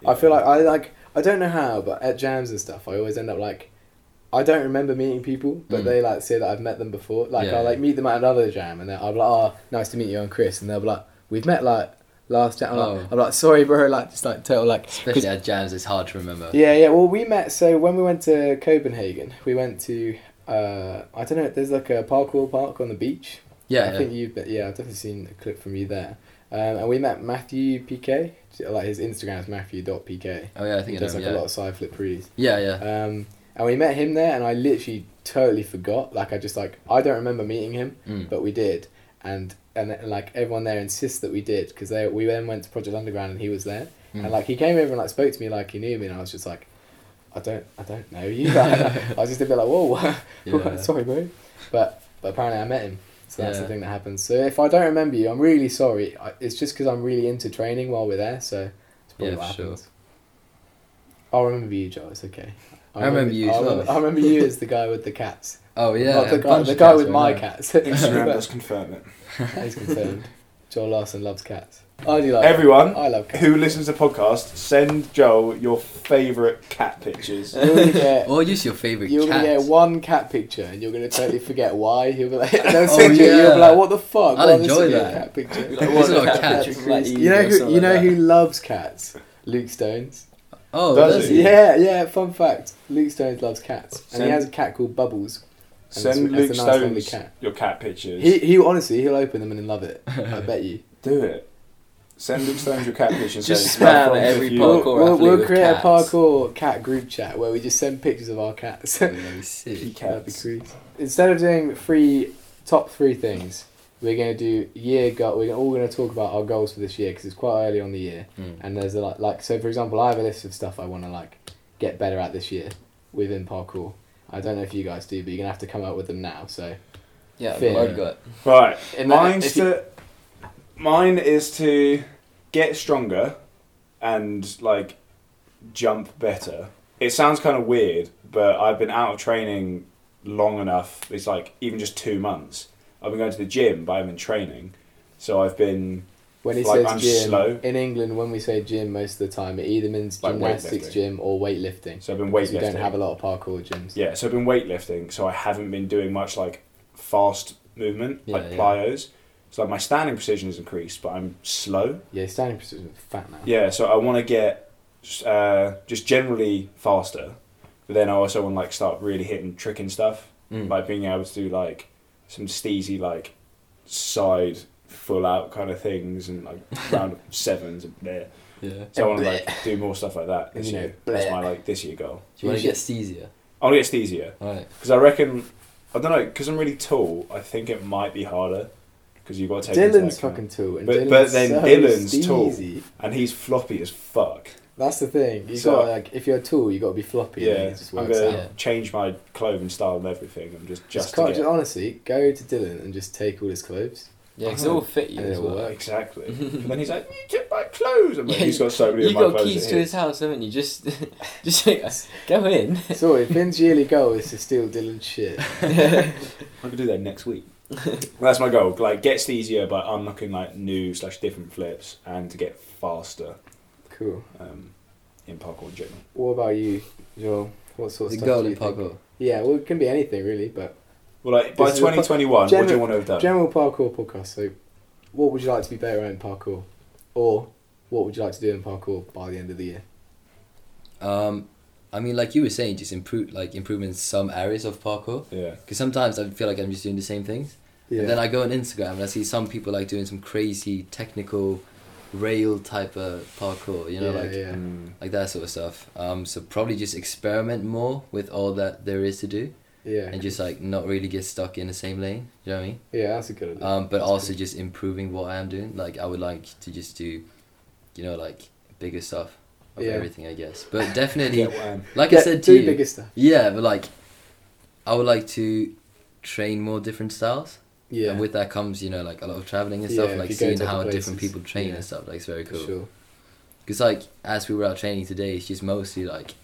[SPEAKER 1] I feel like I like I don't know how, but at jams and stuff, I always end up like I don't remember meeting people, but
[SPEAKER 2] Mm.
[SPEAKER 1] they like say that I've met them before. Like
[SPEAKER 2] Yeah,
[SPEAKER 1] I like
[SPEAKER 2] yeah.
[SPEAKER 1] meet them at another jam, and then I'll be like, "Oh, nice to meet you, I'm Chris," and they'll be like, "We've met like last jam." I'm,
[SPEAKER 2] Oh.
[SPEAKER 1] like, I'm like, "Sorry, bro," like just like total like 'cause
[SPEAKER 2] Especially at jams, it's hard to remember.
[SPEAKER 1] Yeah, yeah. Well, we met. So when we went to Copenhagen, we went to uh, I don't know. There's like a parkour park on the beach. I
[SPEAKER 2] yeah, yeah.
[SPEAKER 1] think you've been, yeah. I've definitely seen a clip from you there. Um, and we met Matthew PK. Like his Instagram is Matthew.pk.
[SPEAKER 2] Oh yeah, I
[SPEAKER 1] He
[SPEAKER 2] think I know.
[SPEAKER 1] does
[SPEAKER 2] him,
[SPEAKER 1] like
[SPEAKER 2] Yeah.
[SPEAKER 1] a lot of side flip prees.
[SPEAKER 2] yeah, yeah,
[SPEAKER 1] Um, and we met him there, and I literally totally forgot. Like I just like I don't remember meeting him,
[SPEAKER 2] Mm.
[SPEAKER 1] but we did. And and, and like everyone there insists that we did because they we then went to Project Underground and he was there.
[SPEAKER 2] Mm.
[SPEAKER 1] And like he came over and like spoke to me like he knew me, and I was just like, I don't, I don't know you. I was just a bit like, whoa,
[SPEAKER 2] Yeah.
[SPEAKER 1] sorry, bro. But but apparently I met him, so that's the
[SPEAKER 2] Yeah.
[SPEAKER 1] thing that happens. So if I don't remember you, I'm really sorry. I, it's just because I'm really into training while we're there, so it's probably
[SPEAKER 2] Yeah,
[SPEAKER 1] what
[SPEAKER 2] for
[SPEAKER 1] happens. I'll remember you, Joe. It's okay.
[SPEAKER 2] I remember you as
[SPEAKER 1] I
[SPEAKER 2] well.
[SPEAKER 1] remember, I remember you as the guy with the cats.
[SPEAKER 2] Oh yeah,
[SPEAKER 1] Not the
[SPEAKER 2] a
[SPEAKER 1] guy,
[SPEAKER 2] bunch
[SPEAKER 1] the
[SPEAKER 2] of
[SPEAKER 1] guy
[SPEAKER 2] cats
[SPEAKER 1] with
[SPEAKER 2] right
[SPEAKER 1] my
[SPEAKER 2] now.
[SPEAKER 1] cats.
[SPEAKER 4] Instagram
[SPEAKER 1] But
[SPEAKER 4] does confirm it.
[SPEAKER 1] He's confirmed. Joel Larson loves cats. I do like
[SPEAKER 4] Everyone
[SPEAKER 1] I love cats.
[SPEAKER 4] who listens to podcasts, send Joel your favourite cat pictures.
[SPEAKER 1] You're gonna get-
[SPEAKER 2] Or just your favorite
[SPEAKER 1] You're
[SPEAKER 2] cat.
[SPEAKER 1] gonna get one cat picture, and you're gonna totally forget why. He'll be like, "No,
[SPEAKER 2] Oh,
[SPEAKER 1] picture." You'll
[SPEAKER 2] yeah.
[SPEAKER 1] be like, "What the fuck?"
[SPEAKER 2] I'll
[SPEAKER 1] Why this
[SPEAKER 2] enjoy
[SPEAKER 1] is a
[SPEAKER 2] that.
[SPEAKER 1] cat picture.
[SPEAKER 2] Like, what, not a cat?
[SPEAKER 1] That's
[SPEAKER 3] Like,
[SPEAKER 1] crazy.
[SPEAKER 3] eagle
[SPEAKER 1] you know
[SPEAKER 3] or
[SPEAKER 1] who
[SPEAKER 3] something
[SPEAKER 1] you know
[SPEAKER 3] like
[SPEAKER 1] who loves cats? Luke Stones.
[SPEAKER 2] Oh,
[SPEAKER 4] Does
[SPEAKER 2] does
[SPEAKER 4] he?
[SPEAKER 2] he?
[SPEAKER 1] Yeah, yeah. Fun fact: Luke Stones loves cats, and
[SPEAKER 4] Send-
[SPEAKER 1] he has a cat called Bubbles. And that's-
[SPEAKER 4] Send
[SPEAKER 1] that's a
[SPEAKER 4] Luke
[SPEAKER 1] nice lovely
[SPEAKER 4] Stones
[SPEAKER 1] cat.
[SPEAKER 4] your cat pictures.
[SPEAKER 1] He he honestly he'll open them and love it. I bet you.
[SPEAKER 4] Do it. Send Luke Stones your cat pictures.
[SPEAKER 5] Just
[SPEAKER 4] saying,
[SPEAKER 5] spam
[SPEAKER 4] "Come from
[SPEAKER 5] every
[SPEAKER 4] the view."
[SPEAKER 1] We'll,
[SPEAKER 5] Parkour
[SPEAKER 1] we'll,
[SPEAKER 5] athlete
[SPEAKER 1] we'll
[SPEAKER 5] with
[SPEAKER 1] create
[SPEAKER 5] cats.
[SPEAKER 1] a parkour cat group chat where we just send pictures of our cats.
[SPEAKER 2] Oh, that'd be sick.
[SPEAKER 1] That'd be
[SPEAKER 4] Cats.
[SPEAKER 1] crazy. Instead of doing three top three things, we're gonna do year goal. We're all gonna talk about our goals for this year because it's quite early on the year,
[SPEAKER 2] Mm.
[SPEAKER 1] and there's a lot. Like so, for example, I have a list of stuff I want to like get better at this year within parkour. I don't know if you guys do, but you're gonna have to come up with them now. So
[SPEAKER 5] Yeah,
[SPEAKER 1] Fair.
[SPEAKER 5] I've got.
[SPEAKER 4] Right.
[SPEAKER 1] And then
[SPEAKER 4] Mine's
[SPEAKER 1] if you-
[SPEAKER 4] to. Mine is to get stronger, and like jump better. It sounds kind of weird, but I've been out of training long enough. It's like even just two months. I've been going to the gym, but I haven't been training. So I've been
[SPEAKER 1] when he
[SPEAKER 4] Like,
[SPEAKER 1] says
[SPEAKER 4] I'm
[SPEAKER 1] gym
[SPEAKER 4] slow.
[SPEAKER 1] in England, when we say gym, most of the time it either means
[SPEAKER 4] Like
[SPEAKER 1] gymnastics
[SPEAKER 4] weightlifting.
[SPEAKER 1] gym or weightlifting.
[SPEAKER 4] so I've been
[SPEAKER 1] because
[SPEAKER 4] weightlifting.
[SPEAKER 1] We don't have a lot of parkour gyms.
[SPEAKER 4] Yeah, so I've been weightlifting, so I haven't been doing much like fast movement,
[SPEAKER 2] Yeah,
[SPEAKER 4] like
[SPEAKER 2] yeah.
[SPEAKER 4] plyos. So like my standing precision has increased, but I'm slow.
[SPEAKER 1] Yeah, standing position is fat now.
[SPEAKER 4] Yeah, so I want to get s- uh, just generally faster. But then I also want to like start really hitting tricking stuff,
[SPEAKER 2] Mm.
[SPEAKER 4] like being able to do like some steezy like side full out kind of things and like round of sevens and bleh.
[SPEAKER 2] yeah.
[SPEAKER 4] So I want to like do more stuff like that this
[SPEAKER 1] You know,
[SPEAKER 4] year. That's
[SPEAKER 1] bleh.
[SPEAKER 4] my like this year goal.
[SPEAKER 2] Do you want to get steezier?
[SPEAKER 4] I want to get steezier
[SPEAKER 2] All right.
[SPEAKER 4] because I reckon I don't know because I'm really tall. I think it might be harder because you've got to take into
[SPEAKER 1] Dylan's
[SPEAKER 4] account-
[SPEAKER 1] fucking tall, and
[SPEAKER 4] But-
[SPEAKER 1] Dylan's
[SPEAKER 4] but then
[SPEAKER 1] so
[SPEAKER 4] Dylan's tall.
[SPEAKER 1] steezy.
[SPEAKER 4] and he's floppy as fuck.
[SPEAKER 1] That's the thing. You
[SPEAKER 4] So-
[SPEAKER 1] got like if you're tall, you got to be floppy. Yeah,
[SPEAKER 4] Yeah,
[SPEAKER 1] it just
[SPEAKER 4] I'm
[SPEAKER 1] works
[SPEAKER 4] gonna
[SPEAKER 1] out.
[SPEAKER 2] out.
[SPEAKER 4] change my clothing style and everything. I'm just
[SPEAKER 1] Just,
[SPEAKER 4] just to
[SPEAKER 1] can't,
[SPEAKER 4] get,
[SPEAKER 1] just honestly go to Dylan and just take all his clothes.
[SPEAKER 5] Yeah, because it will fit you
[SPEAKER 1] And
[SPEAKER 5] as
[SPEAKER 1] it'll
[SPEAKER 5] well.
[SPEAKER 1] work.
[SPEAKER 4] exactly. and then he's like, "You took my clothes." I'm like,
[SPEAKER 5] Yeah,
[SPEAKER 4] "He's got so many
[SPEAKER 5] You
[SPEAKER 4] of my
[SPEAKER 5] got
[SPEAKER 4] clothes."
[SPEAKER 5] keys
[SPEAKER 4] in
[SPEAKER 5] to
[SPEAKER 4] here."
[SPEAKER 5] his house, haven't you? Just, just go in.
[SPEAKER 1] So if Finn's yearly goal is to steal Dylan's shit,
[SPEAKER 5] Uh,
[SPEAKER 4] I could do that next week. That's my goal. Like, gets easier by unlocking like new slash different flips and to get faster
[SPEAKER 1] cool.
[SPEAKER 4] um, in parkour in general.
[SPEAKER 1] What about you, Joel? What sort
[SPEAKER 2] The
[SPEAKER 1] of stuff?
[SPEAKER 2] goal
[SPEAKER 1] do
[SPEAKER 2] in
[SPEAKER 1] you think?
[SPEAKER 2] parkour.
[SPEAKER 1] Yeah, well, it can be anything really, but
[SPEAKER 4] Well, like by
[SPEAKER 1] This is a pu-
[SPEAKER 4] 2021, what do you
[SPEAKER 1] general-
[SPEAKER 4] want to have done?
[SPEAKER 1] general parkour podcast. So, what would you like to be better at in parkour, or what would you like to do in parkour by the end of the year?
[SPEAKER 2] Um, I mean, like you were saying, just improve, like improve in some areas of parkour.
[SPEAKER 4] yeah,
[SPEAKER 2] Because sometimes I feel like I'm just doing the same things.
[SPEAKER 1] Yeah,
[SPEAKER 2] And then I go on Instagram and I see some people like doing some crazy technical rail type of parkour, you know,
[SPEAKER 1] yeah,
[SPEAKER 2] like
[SPEAKER 1] yeah.
[SPEAKER 4] Mm.
[SPEAKER 2] like that sort of stuff. Um, so probably just experiment more with all that there is to do,
[SPEAKER 1] yeah,
[SPEAKER 2] and just like not really get stuck in the same lane. You know what I mean?
[SPEAKER 1] yeah. That's a good idea.
[SPEAKER 2] Um, but
[SPEAKER 1] That's
[SPEAKER 2] also
[SPEAKER 1] good.
[SPEAKER 2] just improving what I am doing. Like I would like to just do, you know, like bigger stuff of
[SPEAKER 1] Yeah.
[SPEAKER 2] everything, I guess. But definitely,
[SPEAKER 4] Yeah, wham.
[SPEAKER 2] like I
[SPEAKER 1] Yeah,
[SPEAKER 2] said to
[SPEAKER 1] two
[SPEAKER 2] you,
[SPEAKER 1] biggest stuff.
[SPEAKER 2] yeah, but like, I would like to train more different styles.
[SPEAKER 1] Yeah,
[SPEAKER 2] And with that comes, you know, like a lot of traveling and
[SPEAKER 1] Yeah,
[SPEAKER 2] stuff,
[SPEAKER 1] if
[SPEAKER 2] like
[SPEAKER 1] you go
[SPEAKER 2] seeing
[SPEAKER 1] to other
[SPEAKER 2] how different
[SPEAKER 1] places.
[SPEAKER 2] people train
[SPEAKER 1] Yeah.
[SPEAKER 2] and stuff. Like it's very
[SPEAKER 1] for
[SPEAKER 2] cool.
[SPEAKER 1] sure.
[SPEAKER 2] Because like as we were out training today, it's just mostly like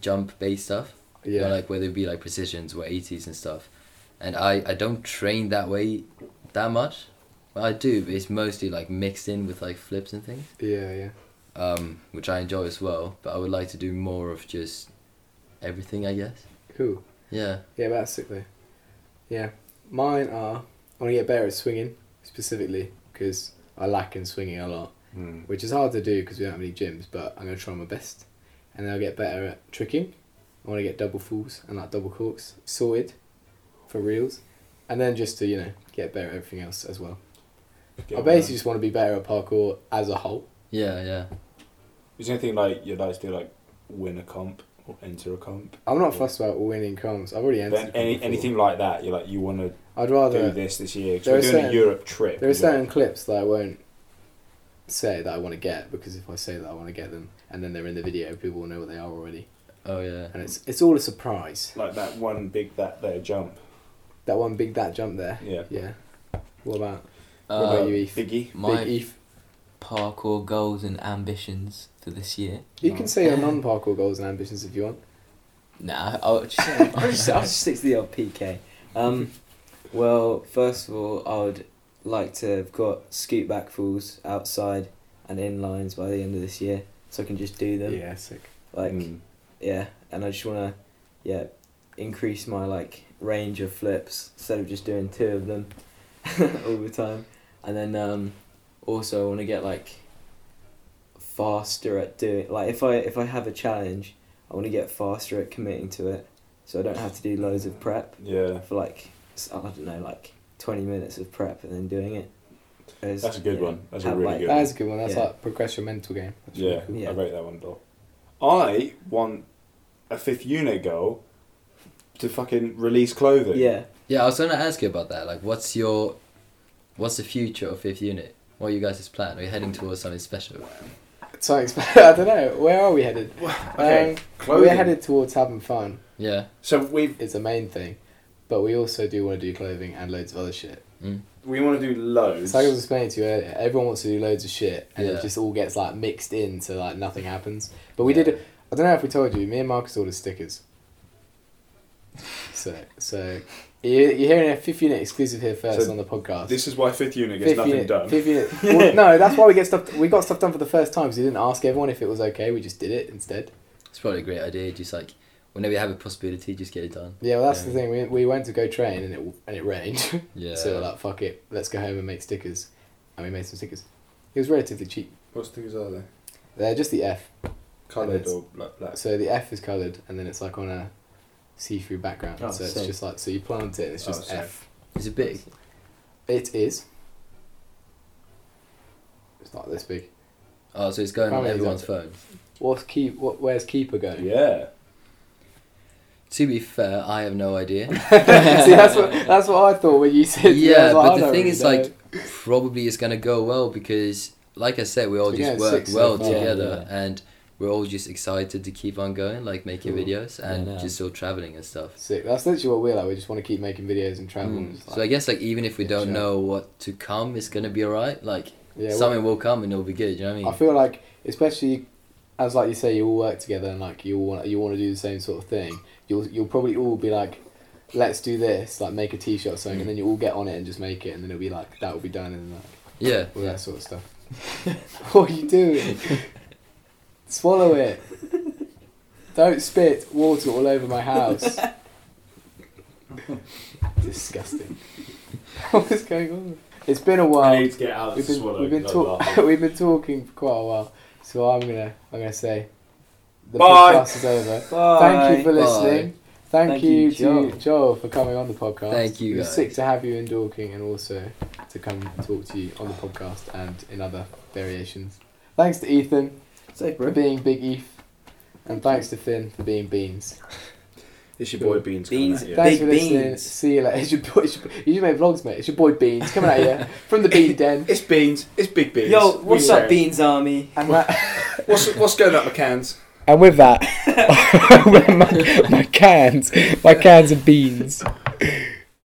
[SPEAKER 2] jump based stuff. You know,
[SPEAKER 1] Yeah,
[SPEAKER 2] like whether it be like precisions or eighties and stuff. And I I don't train that way that much. Well, I do, but it's mostly like mixed in with like flips and things,
[SPEAKER 1] yeah, yeah.
[SPEAKER 2] um, which I enjoy as well. But I would like to do more of just everything, I guess.
[SPEAKER 1] Cool.
[SPEAKER 2] Yeah.
[SPEAKER 1] Yeah, but that's sick though. Yeah, mine are. I want to get better at swinging specifically because I lack in swinging a lot.
[SPEAKER 4] Mm.
[SPEAKER 1] which is hard to do because we don't have any gyms, but I'm going to try my best. And then I'll get better at tricking. I want to get double falls and like double corks sorted for reals. And then just to, you know, get better at everything else as well. I
[SPEAKER 4] Get wham.
[SPEAKER 1] basically just want to be better at parkour as a whole.
[SPEAKER 2] Yeah, yeah.
[SPEAKER 4] Is there anything like you'd like to do, like win a comp or enter a comp?
[SPEAKER 1] I'm not fussed about winning comps. I've already entered.
[SPEAKER 4] Then any,
[SPEAKER 1] before. Oh,
[SPEAKER 4] anything like that, you're like you want to
[SPEAKER 1] I'd
[SPEAKER 4] do
[SPEAKER 1] rather.
[SPEAKER 4] this this year because
[SPEAKER 1] there
[SPEAKER 4] we're
[SPEAKER 1] are
[SPEAKER 4] doing a
[SPEAKER 1] certain-
[SPEAKER 4] Europe trip.
[SPEAKER 1] There are
[SPEAKER 4] as well.
[SPEAKER 1] certain clips that I won't say that I want to get because if I say that I want to get them and then they're in the video, people will know what they are already.
[SPEAKER 2] Oh yeah.
[SPEAKER 1] And it's it's all a surprise.
[SPEAKER 4] like that one big that there jump.
[SPEAKER 1] That one big that jump there.
[SPEAKER 4] Yeah.
[SPEAKER 1] Yeah. What about E
[SPEAKER 5] Um,
[SPEAKER 1] about you, Eve?
[SPEAKER 4] Biggie.
[SPEAKER 5] my
[SPEAKER 1] Big Eve.
[SPEAKER 5] parkour goals and ambitions for this year.
[SPEAKER 1] You can say your non-parkour goals and ambitions if you want.
[SPEAKER 5] Nah, I'll just,
[SPEAKER 3] I'll just, I'll just stick to the old PK. Um, well, first of all, I would like to have got scoot back falls outside and inlines by the end of this year, so I can just do them.
[SPEAKER 1] sick.
[SPEAKER 3] Like,
[SPEAKER 4] Mm.
[SPEAKER 3] yeah, and I just wanna, yeah, increase my like range of flips instead of just doing two of them all the time, and then um, also I wanna get like faster at doing like if I if I have a challenge, I wanna get faster at committing to it, so I don't have to do loads of prep
[SPEAKER 4] Yeah,
[SPEAKER 3] for like s- I don't know like twenty minutes of prep and then doing it. Whereas,
[SPEAKER 4] that's a good
[SPEAKER 3] yeah,
[SPEAKER 4] one. That's a
[SPEAKER 3] have,
[SPEAKER 4] really
[SPEAKER 3] like-
[SPEAKER 4] good
[SPEAKER 1] That
[SPEAKER 4] one.
[SPEAKER 1] is a good one. That's
[SPEAKER 3] Yeah.
[SPEAKER 1] like progress your mental game. That's really
[SPEAKER 4] Yeah,
[SPEAKER 1] cool.
[SPEAKER 3] Yeah.
[SPEAKER 4] I rate that one though. I want a fifth unit goal to fucking release clothing.
[SPEAKER 3] Yeah,
[SPEAKER 2] Yeah, I was gonna ask you about that. Like, what's your, what's the future of fifth unit? What are you guys' plan? Are you heading towards something special?
[SPEAKER 1] So I expect- I don't know. Where are we headed?
[SPEAKER 4] Okay,
[SPEAKER 1] Um,
[SPEAKER 4] clothing.
[SPEAKER 1] we're headed towards having fun.
[SPEAKER 2] Yeah.
[SPEAKER 4] So we
[SPEAKER 1] It's the main thing, but we also do want to do clothing and loads of other shit.
[SPEAKER 2] Mm.
[SPEAKER 4] we want to do loads.
[SPEAKER 1] It's like I was explaining to you earlier. Everyone wants to do loads of shit, and
[SPEAKER 2] Yeah.
[SPEAKER 1] it just all gets like mixed in, so like nothing happens. But we
[SPEAKER 2] Yeah.
[SPEAKER 1] did. I don't know if we told you. Me and Marcus ordered stickers. So so, you- you're hearing a fifth unit exclusive here first
[SPEAKER 4] So
[SPEAKER 1] on the podcast.
[SPEAKER 4] This is why fifth unit gets nothing
[SPEAKER 1] unit,
[SPEAKER 4] done.
[SPEAKER 1] fifth unit. Well, no, that's why we get stuff. We got stuff done for the first time because we didn't ask everyone if it was okay. We just did it instead.
[SPEAKER 2] It's probably a great idea. Just like whenever you have a possibility, just get it done.
[SPEAKER 1] Yeah, well, that's the
[SPEAKER 2] Yeah.
[SPEAKER 1] thing. We, we went to go train and it and it rained.
[SPEAKER 2] Yeah.
[SPEAKER 1] so we're like, fuck it, let's go home and make stickers, and we made some stickers. It was relatively cheap.
[SPEAKER 4] What things are they?
[SPEAKER 1] They're just the F.
[SPEAKER 4] Coloured
[SPEAKER 1] it's-
[SPEAKER 4] or black, black.
[SPEAKER 1] So the F is coloured, and then it's like on a see-through background.
[SPEAKER 3] Oh,
[SPEAKER 1] so it's
[SPEAKER 3] sick.
[SPEAKER 1] just like so you plant it, and it's
[SPEAKER 4] Oh,
[SPEAKER 1] just
[SPEAKER 4] sick.
[SPEAKER 1] F.
[SPEAKER 2] Is it big?
[SPEAKER 1] It is. It's not this big.
[SPEAKER 2] Oh, so it's going on
[SPEAKER 1] Probably
[SPEAKER 2] everyone's phone.
[SPEAKER 1] What's keep? What? Where's keeper going?
[SPEAKER 4] Yeah.
[SPEAKER 2] To be fair, I have no idea.
[SPEAKER 1] See, that's what that's what I thought when you said.
[SPEAKER 2] yeah,
[SPEAKER 1] I was like, I
[SPEAKER 2] but the
[SPEAKER 1] don't
[SPEAKER 2] thing
[SPEAKER 1] really
[SPEAKER 2] is,
[SPEAKER 1] know.
[SPEAKER 2] like, probably it's gonna go well because, like I said, we all
[SPEAKER 1] Yeah,
[SPEAKER 2] just
[SPEAKER 1] it's
[SPEAKER 2] work
[SPEAKER 1] six so
[SPEAKER 2] well
[SPEAKER 1] far,
[SPEAKER 2] together, and we're all just excited to keep on going, like making
[SPEAKER 5] Cool.
[SPEAKER 2] videos and
[SPEAKER 5] Yeah, no.
[SPEAKER 2] just still traveling and stuff.
[SPEAKER 1] sick. That's literally what we're like. We just want to keep making videos and travel. and just,
[SPEAKER 2] Mm. So I guess like even if we
[SPEAKER 1] Yeah,
[SPEAKER 2] don't
[SPEAKER 1] sure.
[SPEAKER 2] know what to come, it's gonna be alright. Like
[SPEAKER 1] yeah, well,
[SPEAKER 2] something will come and it'll be good. You know what I mean?
[SPEAKER 1] I feel like, especially as like you say, you all work together and like you all want you want to do the same sort of thing. You'll you'll probably all be like, let's do this, like make a t-shirt or something, and then you all get on it and just make it, and then it'll be like that will be done and like
[SPEAKER 2] yeah.
[SPEAKER 1] all that sort of stuff. what are you doing? Swallow it. Don't spit water all over my house. Disgusting. What's going on? It's been a while.
[SPEAKER 4] I need to get out
[SPEAKER 1] We've
[SPEAKER 4] to
[SPEAKER 1] been,
[SPEAKER 4] swallow.
[SPEAKER 1] we've, been
[SPEAKER 4] 'cause
[SPEAKER 1] talk-
[SPEAKER 4] I'm laughing.
[SPEAKER 1] we've been talking for quite a while, so I'm gonna I'm gonna say the
[SPEAKER 4] Bye.
[SPEAKER 1] podcast is over.
[SPEAKER 3] Bye.
[SPEAKER 1] Thank you for
[SPEAKER 2] Bye.
[SPEAKER 1] listening. Thank,
[SPEAKER 3] Thank
[SPEAKER 1] you,
[SPEAKER 3] you,
[SPEAKER 1] to
[SPEAKER 3] Joel.
[SPEAKER 1] Joel for coming on the podcast.
[SPEAKER 2] Thank you,
[SPEAKER 1] It was
[SPEAKER 2] guys.
[SPEAKER 1] sick to have you in Dorking and also to come talk to you on the podcast and in other variations. Thanks to Ethan
[SPEAKER 3] Safe,
[SPEAKER 1] for
[SPEAKER 3] bro.
[SPEAKER 1] being Big Eve, and thanks to Finn for being Beans.
[SPEAKER 4] It's your boy Beans. coming
[SPEAKER 3] Beans.
[SPEAKER 4] at you.
[SPEAKER 1] Thanks
[SPEAKER 3] Big
[SPEAKER 1] for listening.
[SPEAKER 3] Beans.
[SPEAKER 1] See you later. It's your boy, it's your, you should make vlogs, mate. It's your boy Beans coming out here from the Bean Den.
[SPEAKER 4] It's Beans. It's Big Beans.
[SPEAKER 3] Yo, what's
[SPEAKER 4] We
[SPEAKER 3] up,
[SPEAKER 4] know.
[SPEAKER 3] Beans Army?
[SPEAKER 1] And that-
[SPEAKER 4] What's, what's going up, McCanns?
[SPEAKER 6] And with that, my, my cans, my cans of beans.